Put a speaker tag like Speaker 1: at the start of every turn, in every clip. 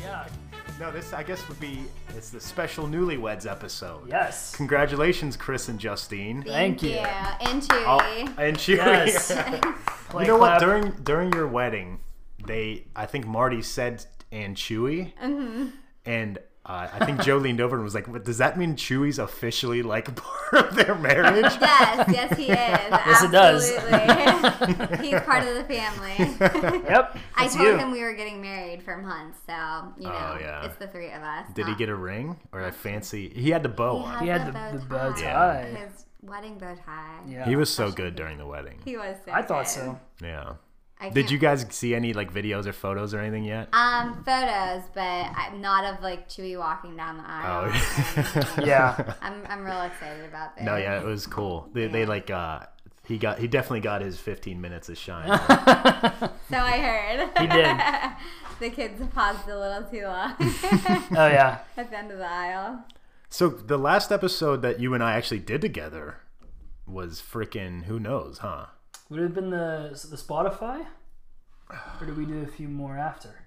Speaker 1: yeah.
Speaker 2: No, this I guess would be it's the special newlyweds episode.
Speaker 1: Yes.
Speaker 2: Congratulations, Chris and Justine.
Speaker 1: Thank you.
Speaker 3: Yeah, and
Speaker 2: Oh,
Speaker 3: Chewy.
Speaker 2: and Chewie.
Speaker 1: Yes.
Speaker 2: you know what? During during your wedding, they I think Marty said and Chewy,
Speaker 3: Mm-hmm.
Speaker 2: and uh, I think Joe leaned over and was like, "What does that mean? Chewie's officially like part of their marriage?"
Speaker 3: Yes, yes, he is. yes,
Speaker 1: it does.
Speaker 3: Absolutely. He's part of the family.
Speaker 1: Yep.
Speaker 3: I
Speaker 1: it's
Speaker 3: told
Speaker 1: you.
Speaker 3: him we were getting married from Hunt, so you know,
Speaker 2: Oh, yeah.
Speaker 3: it's the three of us. Uh,
Speaker 2: Did he
Speaker 3: not-
Speaker 2: get a ring or a fancy? He had the bow on.
Speaker 1: He had
Speaker 3: has
Speaker 1: the- the bow tie. Yeah.
Speaker 3: His wedding bow tie.
Speaker 1: Yeah.
Speaker 2: He was so good during the wedding.
Speaker 3: He was. So
Speaker 1: I thought
Speaker 3: good.
Speaker 1: so.
Speaker 2: Yeah.
Speaker 3: I
Speaker 2: Did
Speaker 3: can't-
Speaker 2: you guys see any like videos or photos or anything yet?
Speaker 3: Um, photos, but I'm not of like Chewy walking down the aisle.
Speaker 2: Oh.
Speaker 1: Yeah.
Speaker 3: I'm, I'm real excited about this.
Speaker 2: No, yeah, it was cool. They, they like uh he got he definitely got his 15 minutes of shine.
Speaker 3: So I heard.
Speaker 1: He did.
Speaker 3: the kids paused a little too long
Speaker 1: Oh yeah.
Speaker 3: at the end of the aisle.
Speaker 2: so the last episode that you and I actually did together was freaking who knows, huh?
Speaker 1: Would it have been the the Spotify? Or did we do a few more after?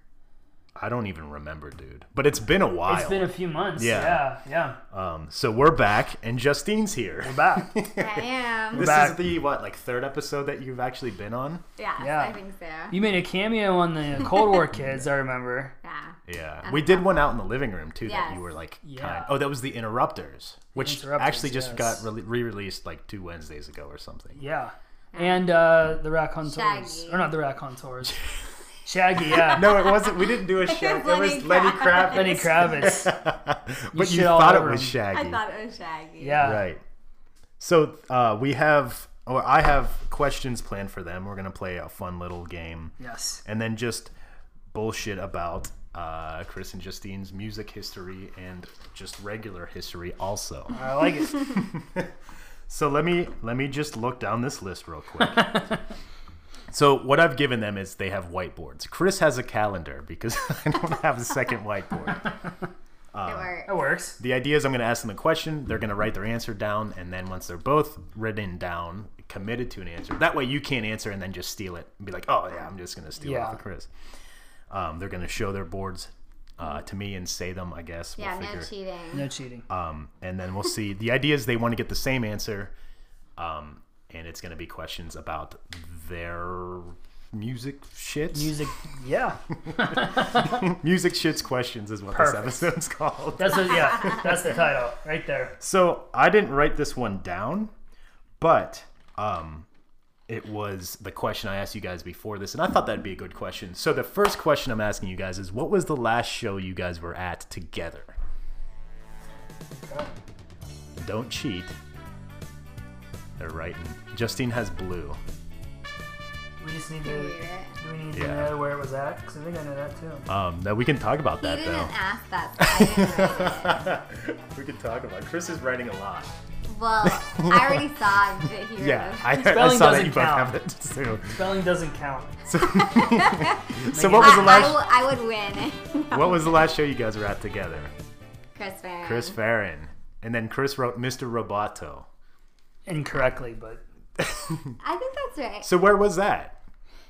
Speaker 2: I don't even remember, dude. But it's been a while.
Speaker 1: It's been a few months.
Speaker 2: Yeah.
Speaker 1: Yeah. Yeah.
Speaker 2: um, so we're back, and Justine's here.
Speaker 1: We're back.
Speaker 3: I am.
Speaker 2: This
Speaker 1: back.
Speaker 2: is the what like third episode that you've actually been on.
Speaker 3: Yes,
Speaker 1: Yeah.
Speaker 3: I think so.
Speaker 1: you made a cameo on the Cold War Kids. I remember.
Speaker 3: Yeah.
Speaker 2: Yeah, we did one out in the living room too. That
Speaker 3: Yes.
Speaker 2: you were like,
Speaker 1: Yeah.
Speaker 2: kind. Oh, that was the Interrupters, which
Speaker 1: Interrupters,
Speaker 2: actually just
Speaker 1: yes.
Speaker 2: got re- re-released like two Wednesdays ago or something.
Speaker 1: Yeah. And uh, the Raconteurs.
Speaker 3: Shaggy.
Speaker 1: Or not the Raconteurs. Shaggy, yeah.
Speaker 2: No, it wasn't. We didn't do a show. It
Speaker 3: Lenny
Speaker 2: was Lenny
Speaker 3: Kravitz.
Speaker 2: Kravitz.
Speaker 1: Lenny Kravitz.
Speaker 2: but you
Speaker 1: shit all
Speaker 2: thought it
Speaker 1: over
Speaker 2: was
Speaker 1: him.
Speaker 2: Shaggy,
Speaker 3: I thought it was Shaggy.
Speaker 1: Yeah.
Speaker 2: right? So uh, we have, or I have questions planned for them. We're gonna play a fun little game,
Speaker 1: Yes.
Speaker 2: and then just bullshit about uh, Chris and Justine's music history and just regular history also.
Speaker 1: I like it.
Speaker 2: So let me let me just look down this list real quick. so what I've given them is they have whiteboards. Chris has a calendar because I don't have a second whiteboard.
Speaker 3: It worked.
Speaker 1: That works.
Speaker 2: The idea is I'm going to ask them a question. They're going to write their answer down, and then once they're both written down, committed to an answer. That way you can't answer and then just steal it and be like, oh yeah, I'm just going to steal it
Speaker 1: Yeah.
Speaker 2: off of Chris. Um, they're going to show their boards uh, to me and say them. I guess.
Speaker 3: Yeah, no cheating.
Speaker 1: No cheating.
Speaker 2: Um, and then we'll see. The idea is they want to get the same answer, um, and it's going to be questions about their music shits.
Speaker 1: Music, yeah.
Speaker 2: music shits questions is what
Speaker 1: Perfect.
Speaker 2: this episode's called.
Speaker 1: That's a, yeah. That's the title right there.
Speaker 2: So I didn't write this one down, but um, it was the question I asked you guys before this, and I thought that'd be a good question. So the first question I'm asking you guys is, what was the last show you guys were at together? Don't cheat. They're writing. Justine has blue.
Speaker 1: We just need to.
Speaker 3: He did it.
Speaker 1: We need
Speaker 2: Yeah.
Speaker 1: to know where it was at because I think I know that too.
Speaker 2: Um, no, we can talk about
Speaker 3: He
Speaker 2: that
Speaker 3: didn't
Speaker 2: though.
Speaker 3: ask that. so I didn't write it.
Speaker 2: we can talk about. It. Chris is writing a lot.
Speaker 3: Well, I already saw that he wrote
Speaker 2: Yeah,
Speaker 3: it.
Speaker 2: I, I
Speaker 1: Spelling
Speaker 2: saw that
Speaker 1: doesn't
Speaker 2: you both
Speaker 1: count.
Speaker 2: have it too.
Speaker 1: Spelling doesn't count.
Speaker 2: So what was the
Speaker 3: I-
Speaker 2: last?
Speaker 3: I, will- I would win.
Speaker 2: What was the last show you guys were at together?
Speaker 3: Chris Farron.
Speaker 2: Chris Farron. And then Chris wrote Mr. Roboto.
Speaker 1: Incorrectly, but
Speaker 3: I think that's right.
Speaker 2: So where was that?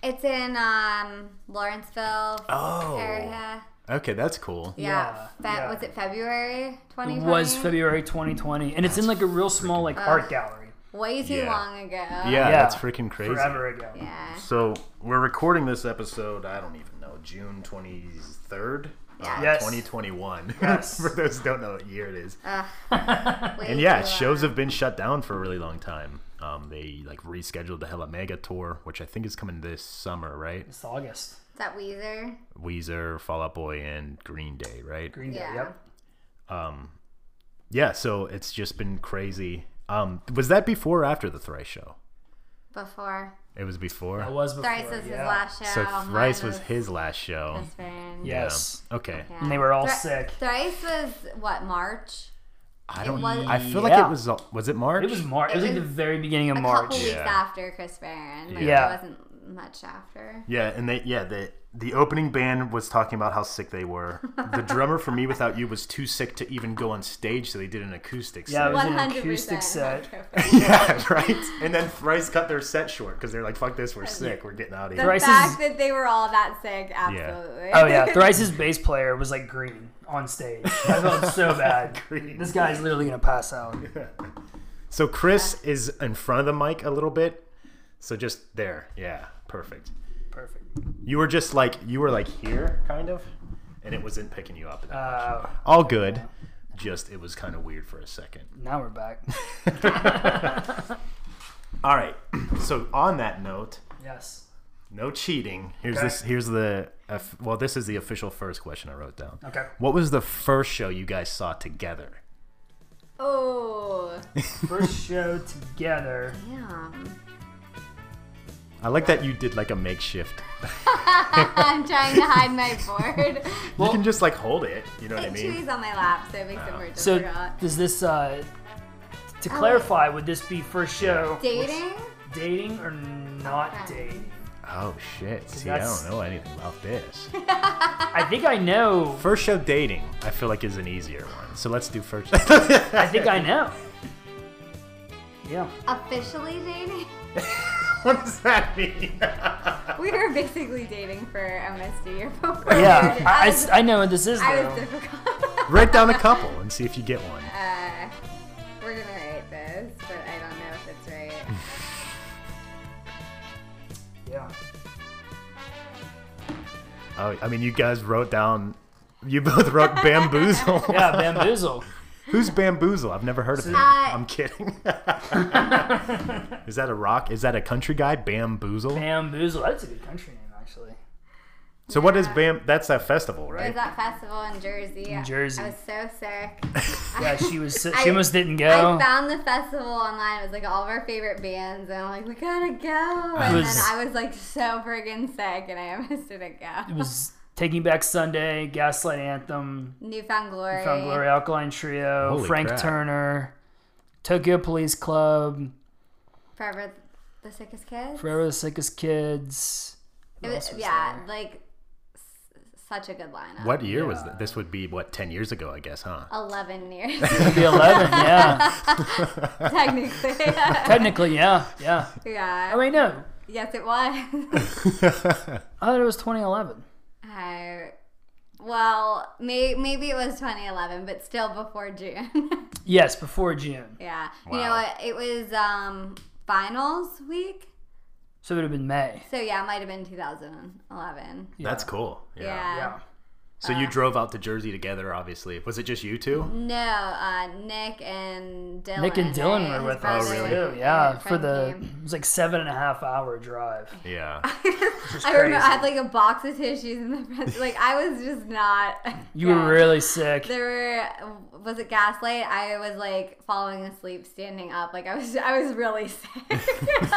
Speaker 3: It's in um, Lawrenceville
Speaker 2: Oh.
Speaker 3: area.
Speaker 2: Okay, that's cool.
Speaker 3: Yeah.
Speaker 1: Yeah,
Speaker 3: Fe-
Speaker 1: yeah.
Speaker 3: Was it February 2020?
Speaker 1: it was February 2020, and it's in like a real small like art gallery.
Speaker 3: Way too
Speaker 2: Yeah.
Speaker 3: long ago.
Speaker 2: Yeah, that's freaking crazy.
Speaker 1: Forever ago.
Speaker 3: Yeah.
Speaker 2: So we're recording this episode, I don't even know, June 23rd?
Speaker 3: Yeah.
Speaker 1: Yes.
Speaker 2: 2021.
Speaker 1: Yes.
Speaker 2: for those who don't know what year it is.
Speaker 3: Way
Speaker 2: and yeah,
Speaker 3: too
Speaker 2: shows
Speaker 3: long.
Speaker 2: have been shut down for a really long time. Um, they like rescheduled the Hella Mega Tour, which I think is coming this summer, right?
Speaker 1: It's August.
Speaker 3: Is that Weezer?
Speaker 2: Weezer, Fall Out Boy, and Green Day, right?
Speaker 1: Green Day.
Speaker 3: Yeah.
Speaker 1: Yep.
Speaker 2: Yeah, so it's just been crazy. Um, was that before or after the Thrice show?
Speaker 3: Before.
Speaker 2: It was before.
Speaker 1: That was before.
Speaker 3: Thrice was
Speaker 1: Oh, yeah.
Speaker 3: his last show.
Speaker 2: so
Speaker 3: Mine
Speaker 2: Thrice was his last show.
Speaker 3: Chris Farron.
Speaker 2: Yeah.
Speaker 1: Yes.
Speaker 2: Okay.
Speaker 3: Yeah.
Speaker 1: And they were all
Speaker 3: Thri-
Speaker 1: sick.
Speaker 3: Thrice was what March?
Speaker 2: I don't.
Speaker 3: was-
Speaker 2: I feel like
Speaker 1: Yeah.
Speaker 2: it was. Was it March?
Speaker 1: It was March. It was like the very beginning of
Speaker 3: A
Speaker 1: March.
Speaker 3: couple weeks
Speaker 2: Yeah.
Speaker 3: after Chris Farron. Like,
Speaker 1: Yeah.
Speaker 3: It wasn't much after.
Speaker 2: Yeah, and they. Yeah, they. The opening band was talking about how sick they were. The drummer for Me Without You was too sick to even go on stage, so they did an acoustic
Speaker 1: Yeah, it
Speaker 2: set.
Speaker 1: was
Speaker 3: One
Speaker 1: an
Speaker 3: hundred
Speaker 1: acoustic
Speaker 3: percent.
Speaker 1: set.
Speaker 2: yeah, right. And then Thrice cut their set short because they're like, "Fuck this, we're sick, we're getting out of here."
Speaker 3: The
Speaker 1: Thrice is-
Speaker 3: fact that they were all that sick, absolutely.
Speaker 1: Oh yeah, Thrice's bass player was like green on stage. I felt so bad.
Speaker 2: Green.
Speaker 1: This guy's literally gonna pass out.
Speaker 2: So Chris is in front of the mic a little bit, so just there. Yeah, perfect.
Speaker 1: Perfect.
Speaker 2: You were just like you were like here, kind of, and it wasn't picking you up.
Speaker 1: Uh,
Speaker 2: All good. Just it was kind of weird for a second.
Speaker 1: now we're back.
Speaker 2: All right. So on that note,
Speaker 1: Yes.
Speaker 2: no cheating. Here's
Speaker 1: Okay.
Speaker 2: this. Here's the. F- Well, this is the official first question I wrote down.
Speaker 1: Okay.
Speaker 2: What was the first show you guys saw together?
Speaker 3: Oh,
Speaker 1: First show together.
Speaker 3: damn.
Speaker 2: I like that you did like a makeshift.
Speaker 3: I'm trying to hide my board.
Speaker 2: you can just like hold it. You know what I
Speaker 3: Like,
Speaker 2: mean?
Speaker 3: Chewy's on my lap, so it makes it more difficult.
Speaker 1: So does this? uh
Speaker 3: Oh.
Speaker 1: To clarify, would this be first show
Speaker 3: Dating?
Speaker 1: dating or not dating?
Speaker 2: Oh shit! See,
Speaker 1: that's-
Speaker 2: I don't know anything about this.
Speaker 1: I think I know.
Speaker 2: First show dating, I feel like is an easier one. So let's do first.
Speaker 1: I think I know. Yeah.
Speaker 3: Officially dating?
Speaker 2: what does that mean?
Speaker 3: We were basically dating for MSD or before.
Speaker 1: Yeah. I- I,
Speaker 3: I,
Speaker 1: s- I know what this is
Speaker 3: I
Speaker 1: though.
Speaker 3: was difficult.
Speaker 2: Write down a couple and see if you get one.
Speaker 3: Uh, we're gonna write this, but I don't know if it's right.
Speaker 1: Yeah.
Speaker 2: Oh, I mean, you guys wrote down. You both wrote bamboozle.
Speaker 1: Yeah. Bamboozle.
Speaker 2: Who's bamboozle? I've never heard of him.
Speaker 3: Uh,
Speaker 2: I'm kidding. is that a rock? Is that a country guy? Bamboozle.
Speaker 1: Bamboozle. That's a good country name actually.
Speaker 2: so what is bam? That's a festival,
Speaker 3: It was
Speaker 2: right?
Speaker 3: that festival in Jersey.
Speaker 1: In Jersey.
Speaker 3: I was so sick.
Speaker 1: Yeah. She was. She
Speaker 3: I-
Speaker 1: almost didn't
Speaker 3: I
Speaker 1: go.
Speaker 3: found the festival online. It was like all of our favorite bands, and I'm like, we gotta go. And
Speaker 1: was-
Speaker 3: then I was like so friggin' sick, and I almost didn't
Speaker 1: It
Speaker 3: go.
Speaker 1: was Taking Back Sunday, Gaslight Anthem,
Speaker 3: Newfound Glory.
Speaker 1: Found Glory Alkaline Trio,
Speaker 2: Holy
Speaker 1: Frank
Speaker 2: crap.
Speaker 1: Turner, Tokyo Police Club,
Speaker 3: Forever the Sickest Kids.
Speaker 1: Forever the Sickest Kids.
Speaker 3: It was, yeah, like s- such a good lineup.
Speaker 2: what year was that? This would be what ten years ago, I guess, huh?
Speaker 3: 11 years,
Speaker 1: Maybe 11, yeah.
Speaker 3: technically.
Speaker 1: Technically, yeah, yeah.
Speaker 3: yeah.
Speaker 1: Oh, wait, no.
Speaker 3: Yes, it was.
Speaker 1: I thought it was 2011.
Speaker 3: I, well, may, maybe it was 2011, but still before June.
Speaker 1: Yes, before June.
Speaker 3: Yeah. You know
Speaker 2: Wow.
Speaker 3: what? It was um finals week.
Speaker 1: So it would have been May.
Speaker 3: So yeah, it might have been 2011.
Speaker 2: That's cool. Yeah.
Speaker 3: Yeah.
Speaker 1: Yeah.
Speaker 2: So you drove out to Jersey together, obviously. Was it just you two?
Speaker 3: No, uh, Nick and Dylan.
Speaker 1: Nick and Dylan
Speaker 3: right?
Speaker 1: were
Speaker 3: His
Speaker 1: with us
Speaker 3: brother
Speaker 2: really?
Speaker 1: too.
Speaker 3: and
Speaker 1: Yeah,
Speaker 3: Frank
Speaker 1: for the
Speaker 3: came.
Speaker 1: it was like seven and a half hour drive.
Speaker 2: Yeah.
Speaker 3: I remember I
Speaker 1: crazy.
Speaker 3: had like a box of tissues in the front. Like I was just not.
Speaker 1: You
Speaker 3: Yeah.
Speaker 1: were really sick.
Speaker 3: There were was it gaslight? I was like falling asleep, standing up. Like I was, I was really sick.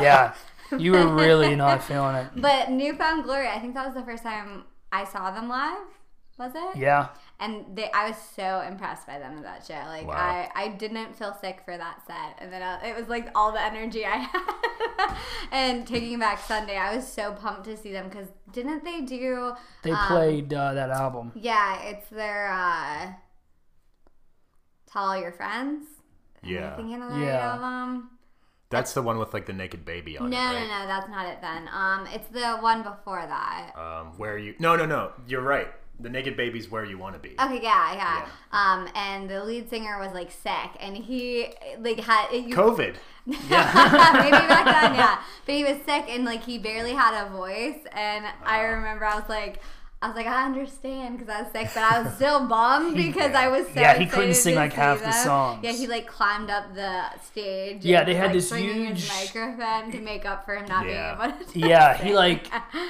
Speaker 1: yeah, you were really not feeling it.
Speaker 3: but newfound glory. I think that was the first time I saw them live. Was it?
Speaker 1: Yeah,
Speaker 3: and they I was so impressed by them in that show. Like
Speaker 2: Wow.
Speaker 3: I, I didn't feel sick for that set, and then I, it was like all the energy I had. and Taking Back Sunday, I was so pumped to see them because didn't they do?
Speaker 1: they
Speaker 3: um,
Speaker 1: played uh, that album.
Speaker 3: Yeah, it's their uh, "Tell All Your Friends." Am I
Speaker 2: Yeah.
Speaker 3: thinking of the right
Speaker 1: Yeah.
Speaker 3: album?
Speaker 2: That's the one with like the naked baby on
Speaker 3: No,
Speaker 2: it.
Speaker 3: no,
Speaker 2: Right?
Speaker 3: no, that's not it. Then um, it's the one before that.
Speaker 2: Um, where you? No, no, no. You're right. The naked baby's where you want to be.
Speaker 3: Okay, yeah, yeah,
Speaker 2: Yeah.
Speaker 3: Um, and the lead singer was like sick, and he like had you
Speaker 2: COVID.
Speaker 3: maybe back then, yeah. But he was sick and like he barely had a voice. And I remember I was like, I was like, I understand because I was sick, but I was still bummed because I was so
Speaker 1: yeah, he couldn't
Speaker 3: excited
Speaker 1: sing,
Speaker 3: to
Speaker 1: like,
Speaker 3: see
Speaker 1: half the
Speaker 3: them.
Speaker 1: songs.
Speaker 3: Yeah, he like climbed up the stage.
Speaker 1: Yeah,
Speaker 3: and
Speaker 1: they
Speaker 3: was,
Speaker 1: had
Speaker 3: like,
Speaker 1: this
Speaker 3: swinging his
Speaker 1: huge-
Speaker 3: microphone to make up for him not
Speaker 2: Yeah.
Speaker 3: being able to.
Speaker 1: Yeah, he like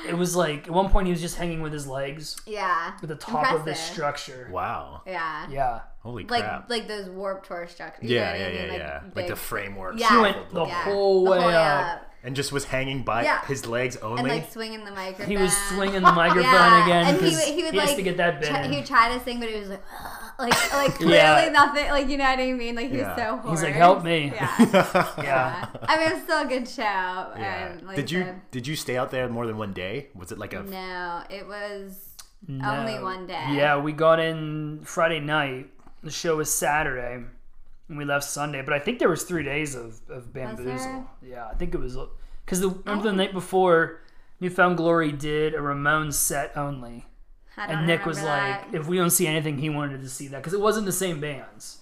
Speaker 1: it was like at one point he was just hanging with his legs
Speaker 3: Yeah.
Speaker 1: with the top of this
Speaker 3: Impressive.
Speaker 1: structure.
Speaker 2: Wow.
Speaker 3: Yeah.
Speaker 1: Yeah,
Speaker 2: Holy
Speaker 3: Like
Speaker 2: crap.
Speaker 3: like those warped tour structures.
Speaker 2: yeah, yeah, yeah,
Speaker 3: Like,
Speaker 2: yeah. Like,
Speaker 3: big-
Speaker 2: the framework.
Speaker 3: Yeah. He
Speaker 1: went the
Speaker 3: yeah,
Speaker 1: whole
Speaker 3: the
Speaker 1: way up.
Speaker 2: And just was hanging by
Speaker 3: Yeah.
Speaker 2: his legs only.
Speaker 3: and like swinging the microphone.
Speaker 1: he was swinging the microphone
Speaker 3: Yeah,
Speaker 1: again
Speaker 3: and he
Speaker 1: because he,
Speaker 3: would- he would,
Speaker 1: has
Speaker 3: like,
Speaker 1: to get that bit.
Speaker 3: Try-
Speaker 1: in.
Speaker 3: he would try to sing, but it was like, like like clearly
Speaker 1: Yeah.
Speaker 3: nothing. Like you know what I mean? Like he
Speaker 2: Yeah.
Speaker 3: was so horrible.
Speaker 1: He's like, "Help me."
Speaker 3: Yeah.
Speaker 1: Yeah.
Speaker 3: yeah. I mean, it's still a good show.
Speaker 2: Yeah.
Speaker 3: And, like I
Speaker 2: did you
Speaker 3: said,
Speaker 2: did you stay out there more than one day? Was it like a
Speaker 3: No, it was
Speaker 1: No.
Speaker 3: only one day.
Speaker 1: Yeah, we got in Friday night. The show was Saturday, and we left Sunday. But I think there was three days of, of bamboozle. Yeah, I think it was because the remember the night before, Newfound Glory did a Ramones set only,
Speaker 3: I don't
Speaker 1: and Nick was
Speaker 3: remember
Speaker 1: like, if we don't see anything, he wanted to see that because it wasn't the same bands.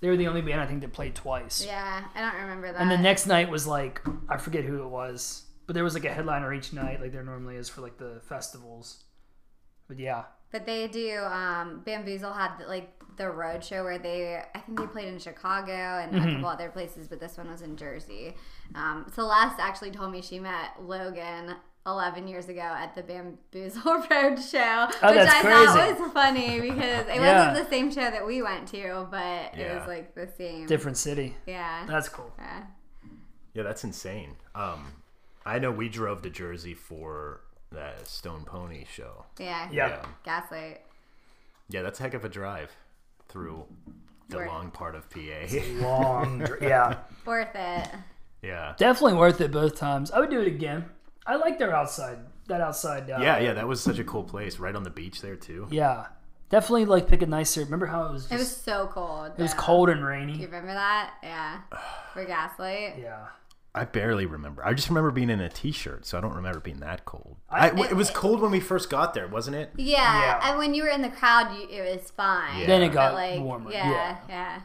Speaker 1: They were the only band I think that played twice.
Speaker 3: that. "Yeah, I don't remember that."
Speaker 1: And the next night was like I forget who it was, but there was like a headliner each night, like there normally is for like the festivals. But yeah,
Speaker 3: But they do. Um, Bamboozle had like the road show where they, I think they played in Chicago and
Speaker 1: Mm-hmm.
Speaker 3: a couple other places, but this one was in Jersey. Um, Celeste actually told me she met Logan. 11 years ago at the Bamboozle Road show, which
Speaker 1: Oh, that's
Speaker 3: I
Speaker 1: crazy.
Speaker 3: thought was funny because it
Speaker 1: Yeah.
Speaker 3: wasn't the same show that we went to, but it
Speaker 2: Yeah.
Speaker 3: was like the same.
Speaker 1: different uh, city.
Speaker 3: Yeah.
Speaker 1: That's cool.
Speaker 3: yeah.
Speaker 2: Yeah, that's insane. Um I know we drove to Jersey for that Stone Pony show.
Speaker 3: Yeah.
Speaker 1: Yeah.
Speaker 2: Yeah.
Speaker 3: Gaslight.
Speaker 2: Yeah, that's a heck of a drive through the
Speaker 3: Right.
Speaker 2: long part of PA.
Speaker 1: long. dr- yeah,
Speaker 3: Worth it.
Speaker 2: yeah.
Speaker 1: definitely worth it both times. I would do it again. I like their outside. That outside. Uh,
Speaker 2: Yeah, yeah, that was such a cool place, right on the beach there too.
Speaker 1: yeah. Definitely like pick a nicer. Remember how it was? Just,
Speaker 3: It was uh, so cold.
Speaker 1: it was
Speaker 3: though.
Speaker 1: cold and rainy.
Speaker 3: You remember that? Yeah. For Gaslight.
Speaker 1: Yeah.
Speaker 2: I barely remember. I just remember being in a t-shirt, so I don't remember being that cold. I, it was cold when we first got there, wasn't it?
Speaker 3: Yeah,
Speaker 1: Yeah.
Speaker 3: and when you were in the crowd, you, it was fine.
Speaker 2: Yeah.
Speaker 1: Then it
Speaker 2: But,
Speaker 1: got
Speaker 3: But like,
Speaker 1: warmer.
Speaker 3: Yeah,
Speaker 1: yeah.
Speaker 3: yeah, yeah,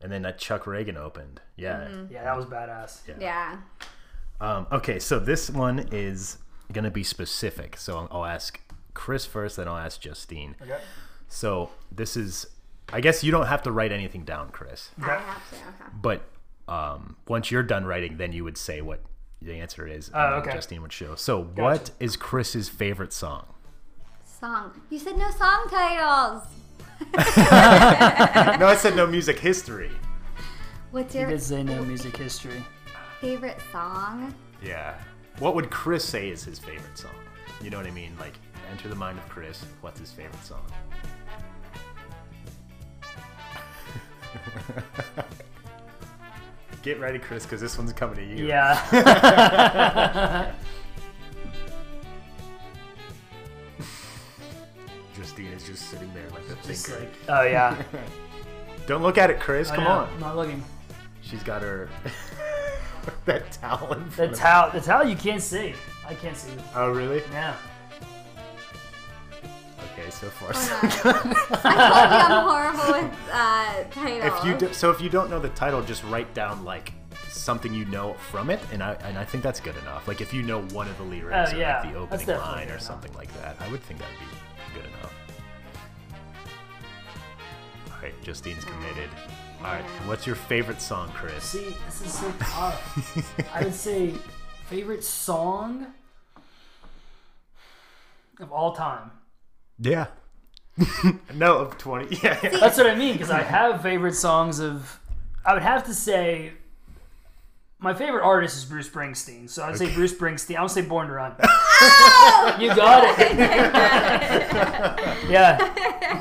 Speaker 2: And then that Chuck Reagan opened. Yeah.
Speaker 1: Yeah, that was badass.
Speaker 2: Um, okay, so this one is going to be specific. So I'll- I'll ask Chris first, then I'll ask Justine.
Speaker 1: Okay.
Speaker 2: So this is, I guess you don't have to write anything down, Chris.
Speaker 3: I have to. Okay.
Speaker 2: But um, once you're done writing, then you would say what the answer is. and
Speaker 1: Oh,
Speaker 2: then
Speaker 1: okay.
Speaker 2: Justine would show. So what is Chris's favorite song?
Speaker 3: Song. You said no song titles.
Speaker 2: no, I said no music history.
Speaker 3: What's
Speaker 1: You
Speaker 3: your
Speaker 1: did say no music history.
Speaker 3: favorite song?
Speaker 2: Yeah. What would Chris say is his favorite song? You know what I mean? Like, enter the mind of Chris. What's his favorite song? Get ready, Chris, because this one's coming to you.
Speaker 1: Yeah.
Speaker 2: Justine is just sitting there like a
Speaker 1: Just
Speaker 2: thinker.
Speaker 1: like, oh yeah.
Speaker 2: Don't look at it, Chris.
Speaker 1: I
Speaker 2: Come
Speaker 1: know,
Speaker 2: on.
Speaker 1: I'm not looking.
Speaker 2: She's got her that towel. In
Speaker 1: The
Speaker 2: front of her.
Speaker 1: towel. The towel you can't see. I can't see. it.
Speaker 2: Oh, really?
Speaker 1: Yeah.
Speaker 2: Okay, so far.
Speaker 3: Hold
Speaker 2: so
Speaker 3: on. Uh, I told you I'm horrible with uh, titles.
Speaker 2: If you do, so if you don't know the title, just write down like something you know from it, and I and I think that's good enough. Like if you know one of the lyrics
Speaker 1: Oh,
Speaker 2: or
Speaker 1: yeah.
Speaker 2: like
Speaker 1: That's
Speaker 2: the opening
Speaker 1: definitely
Speaker 2: line
Speaker 1: good
Speaker 2: or
Speaker 1: enough.
Speaker 2: something like that, I would think that would be good enough. All right, Justine's committed. All right, what's your favorite song, Chris?
Speaker 1: See, this is so tough. I would say favorite song of all time.
Speaker 2: Yeah. no, of twenty. Yeah. yeah.
Speaker 1: That's what I mean because I have favorite songs of. I would have to say my favorite artist is Bruce Springsteen, so I'd say Bruce Springsteen. I would say Born to Run. you got it. yeah,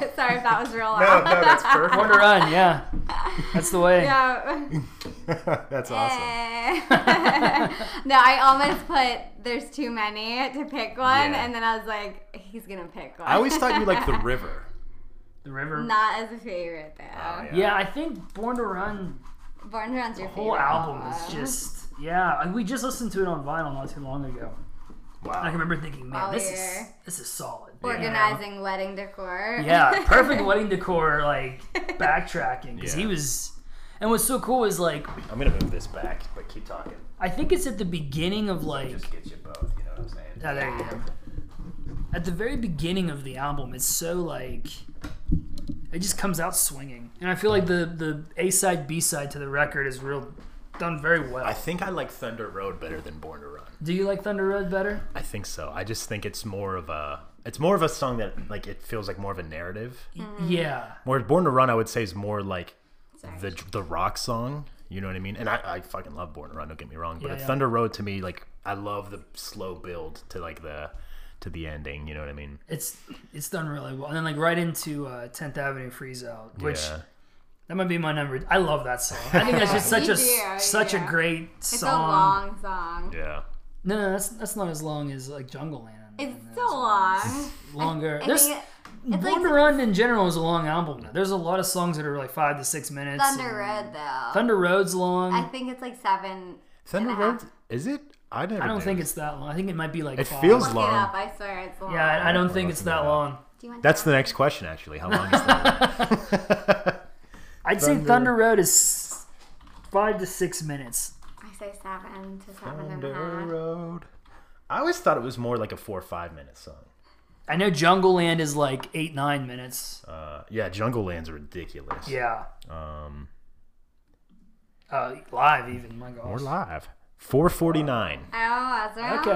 Speaker 3: Sorry if that was real
Speaker 2: No, no,
Speaker 3: loud.
Speaker 2: that's
Speaker 1: Born to
Speaker 2: perfect.
Speaker 1: Run. Yeah, that's the way.
Speaker 3: Yeah.
Speaker 2: that's awesome.
Speaker 3: no, I almost put there's too many to pick one,
Speaker 2: Yeah.
Speaker 3: and then I was like, he's gonna pick one.
Speaker 2: I always thought you liked the river.
Speaker 1: The river.
Speaker 3: Not as a favorite though.
Speaker 2: Oh,
Speaker 1: Oh. Yeah, I think Born to Run
Speaker 3: Born to Run's your
Speaker 1: whole
Speaker 3: favorite
Speaker 1: album is just yeah. and We just listened to it on vinyl not too long ago. I
Speaker 2: Wow.
Speaker 1: can remember thinking, man,
Speaker 3: Oh,
Speaker 1: this
Speaker 3: yeah.
Speaker 1: is this is solid.
Speaker 3: organizing wedding decor.
Speaker 1: Yeah, perfect wedding decor, like backtracking because he
Speaker 2: Yeah.
Speaker 1: was. And what's so cool is like
Speaker 2: I'm gonna move this back, but keep talking.
Speaker 1: I think it's at the beginning of like
Speaker 2: get you both. You know what I'm saying?
Speaker 1: Ah, there you go. at the very beginning of the album. It's so like it just comes out swinging, and I feel like the the A side B side to the record is real done very well.
Speaker 2: I think I like Thunder Road better than Born to Run.
Speaker 1: Do you like Thunder Road better?
Speaker 2: I think so. I just think it's more of a it's more of a song that like it feels like more of a narrative.
Speaker 3: Mm.
Speaker 1: Yeah.
Speaker 2: Whereas Born to Run, I would say, is more like the the rock song. You know what I mean? And I, I fucking love Born to Run. Don't get me wrong, but
Speaker 1: Yeah,
Speaker 2: a
Speaker 1: yeah.
Speaker 2: Thunder Road to me, like I love the slow build to like the to the ending. You know what I mean?
Speaker 1: It's it's done really well, and then like right into uh, 10th Avenue Freeze Out, which
Speaker 2: yeah.
Speaker 1: that might be my number. I love that song. I think that's just such a
Speaker 3: You do,
Speaker 1: such a
Speaker 3: yeah.
Speaker 1: great
Speaker 3: It's
Speaker 1: song.
Speaker 3: a long song.
Speaker 2: Yeah.
Speaker 1: No, no, that's that's not as long as like Jungle Land.
Speaker 3: It's
Speaker 1: And
Speaker 3: so long.
Speaker 1: longer.
Speaker 3: I
Speaker 1: There's
Speaker 3: think it-
Speaker 1: Born
Speaker 3: like-
Speaker 1: to Run in general is a long album. There's a lot of songs that are like five to six minutes.
Speaker 3: Thunder
Speaker 1: and-
Speaker 3: Road though.
Speaker 1: Thunder Road's long.
Speaker 3: I
Speaker 1: I,
Speaker 3: think it's like seven.
Speaker 2: Thunder
Speaker 3: and a
Speaker 2: Road,
Speaker 3: half.
Speaker 2: is it? I never.
Speaker 1: don't
Speaker 2: knew.
Speaker 1: think it's that long. I think it might be like.
Speaker 2: It
Speaker 1: five.
Speaker 2: feels
Speaker 3: Look
Speaker 2: long.
Speaker 3: it up. I swear it's long.
Speaker 1: Yeah, I- I don't
Speaker 2: We're
Speaker 1: think it's
Speaker 2: looking
Speaker 1: that
Speaker 2: it up.
Speaker 1: long.
Speaker 3: Do you want
Speaker 2: That's
Speaker 3: that?
Speaker 2: the next question, actually. How long is that?
Speaker 1: I'd say
Speaker 2: Thunder-
Speaker 1: Thunder Road is s- five to six minutes.
Speaker 3: I say seven to seven and
Speaker 2: Thunder
Speaker 3: a half.
Speaker 2: Road. I always thought it was more like a four or five minute song.
Speaker 1: I know Jungle Land is like eight nine minutes.
Speaker 2: Uh, yeah, Jungle Land's ridiculous.
Speaker 1: Yeah,
Speaker 2: Um,
Speaker 1: uh, live even. My gosh.
Speaker 2: we're live. 449.
Speaker 3: Oh, that's right.
Speaker 1: Okay.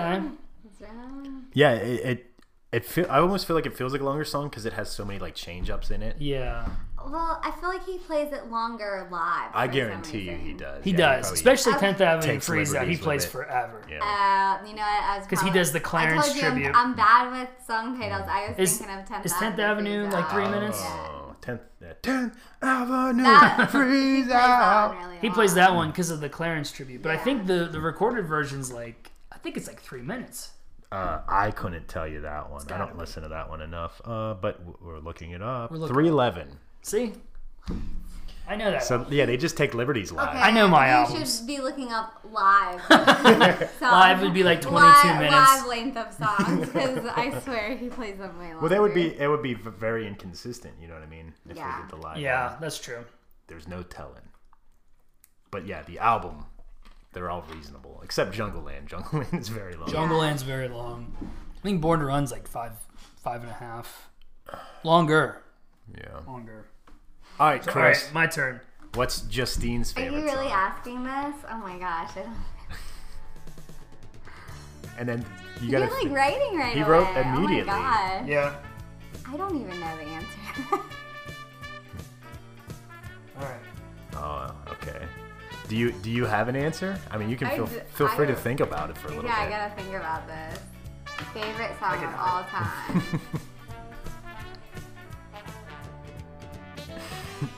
Speaker 3: That's right.
Speaker 2: Yeah, it. it it feel, I almost feel like it feels like a longer song because it has so many like change ups in it.
Speaker 1: Yeah,
Speaker 3: Well, I feel like he plays it longer live.
Speaker 2: I
Speaker 3: for some
Speaker 2: guarantee you he
Speaker 3: reason.
Speaker 2: does.
Speaker 1: he
Speaker 2: Yeah,
Speaker 1: does.
Speaker 2: probably-
Speaker 1: Especially Tenth Avenue
Speaker 2: takes
Speaker 1: Freeze Out. He
Speaker 2: liberties with
Speaker 1: plays
Speaker 2: it.
Speaker 1: forever.
Speaker 2: Yeah.
Speaker 3: Uh, you know what? I was
Speaker 1: 'Cause he
Speaker 3: probably-
Speaker 1: does the
Speaker 3: I told
Speaker 1: Clarence
Speaker 3: you I'm-
Speaker 1: tribute.
Speaker 3: I'm bad with song titles. I was
Speaker 1: Is-
Speaker 3: thinking of 10th
Speaker 1: is 10th
Speaker 3: Avenue.
Speaker 1: Avenue,
Speaker 3: Freeze
Speaker 1: like, three
Speaker 3: Out.
Speaker 1: minutes?
Speaker 2: Oh, 10th, uh, 10th Avenue
Speaker 3: That-
Speaker 2: Freeze
Speaker 3: Plays that one
Speaker 2: Out.
Speaker 3: Oh, really
Speaker 1: He plays
Speaker 3: long.
Speaker 1: that one because of the Clarence tribute. But I
Speaker 3: Yeah.
Speaker 1: think the the recorded version's like I think it's like three minutes.
Speaker 2: Uh, I couldn't tell you that one. I
Speaker 1: gotta
Speaker 2: don't
Speaker 1: be.
Speaker 2: listen to that one enough. Uh, but w- we're looking it up.
Speaker 1: We're looking-
Speaker 2: 311.
Speaker 1: See, I know that.
Speaker 2: So yeah, they just take liberties live.
Speaker 3: Okay,
Speaker 1: I know my
Speaker 3: you
Speaker 1: albums.
Speaker 3: should be looking up live.
Speaker 1: live would be like twenty two
Speaker 3: live,
Speaker 1: minutes.
Speaker 3: Live length of songs because I swear he plays them way longer.
Speaker 2: Well, they would be. It would be v- very inconsistent. You know what I mean? If
Speaker 3: Yeah.
Speaker 2: they did the live.
Speaker 1: Yeah,
Speaker 2: one.
Speaker 1: that's true.
Speaker 2: There's no telling. But yeah, the album, they're all reasonable except Jungle Land. Jungle Land is very long.
Speaker 1: Jungle Land's very long. I think Born to Run's like five, five and a half. Longer.
Speaker 2: yeah. All
Speaker 1: Longer.
Speaker 2: right,
Speaker 1: All
Speaker 2: Chris.
Speaker 1: right, my turn.
Speaker 2: What's Justine's
Speaker 3: Are
Speaker 2: favorite
Speaker 3: you really
Speaker 2: song?
Speaker 3: asking this? Oh my gosh! I don't-
Speaker 2: And then you
Speaker 3: You're
Speaker 2: gotta.
Speaker 3: like
Speaker 2: think-
Speaker 3: writing right
Speaker 2: He
Speaker 3: away.
Speaker 2: wrote
Speaker 3: Oh
Speaker 2: immediately.
Speaker 3: my gosh.
Speaker 1: Yeah.
Speaker 3: I don't even know the answer.
Speaker 1: All right.
Speaker 2: Oh, okay. Do you do you have an answer? I mean, you can
Speaker 3: I
Speaker 2: feel
Speaker 3: d-
Speaker 2: feel free
Speaker 3: I-
Speaker 2: to think about it for a little
Speaker 3: yeah, I
Speaker 2: bit.
Speaker 3: gotta think about this. Favorite song of all time.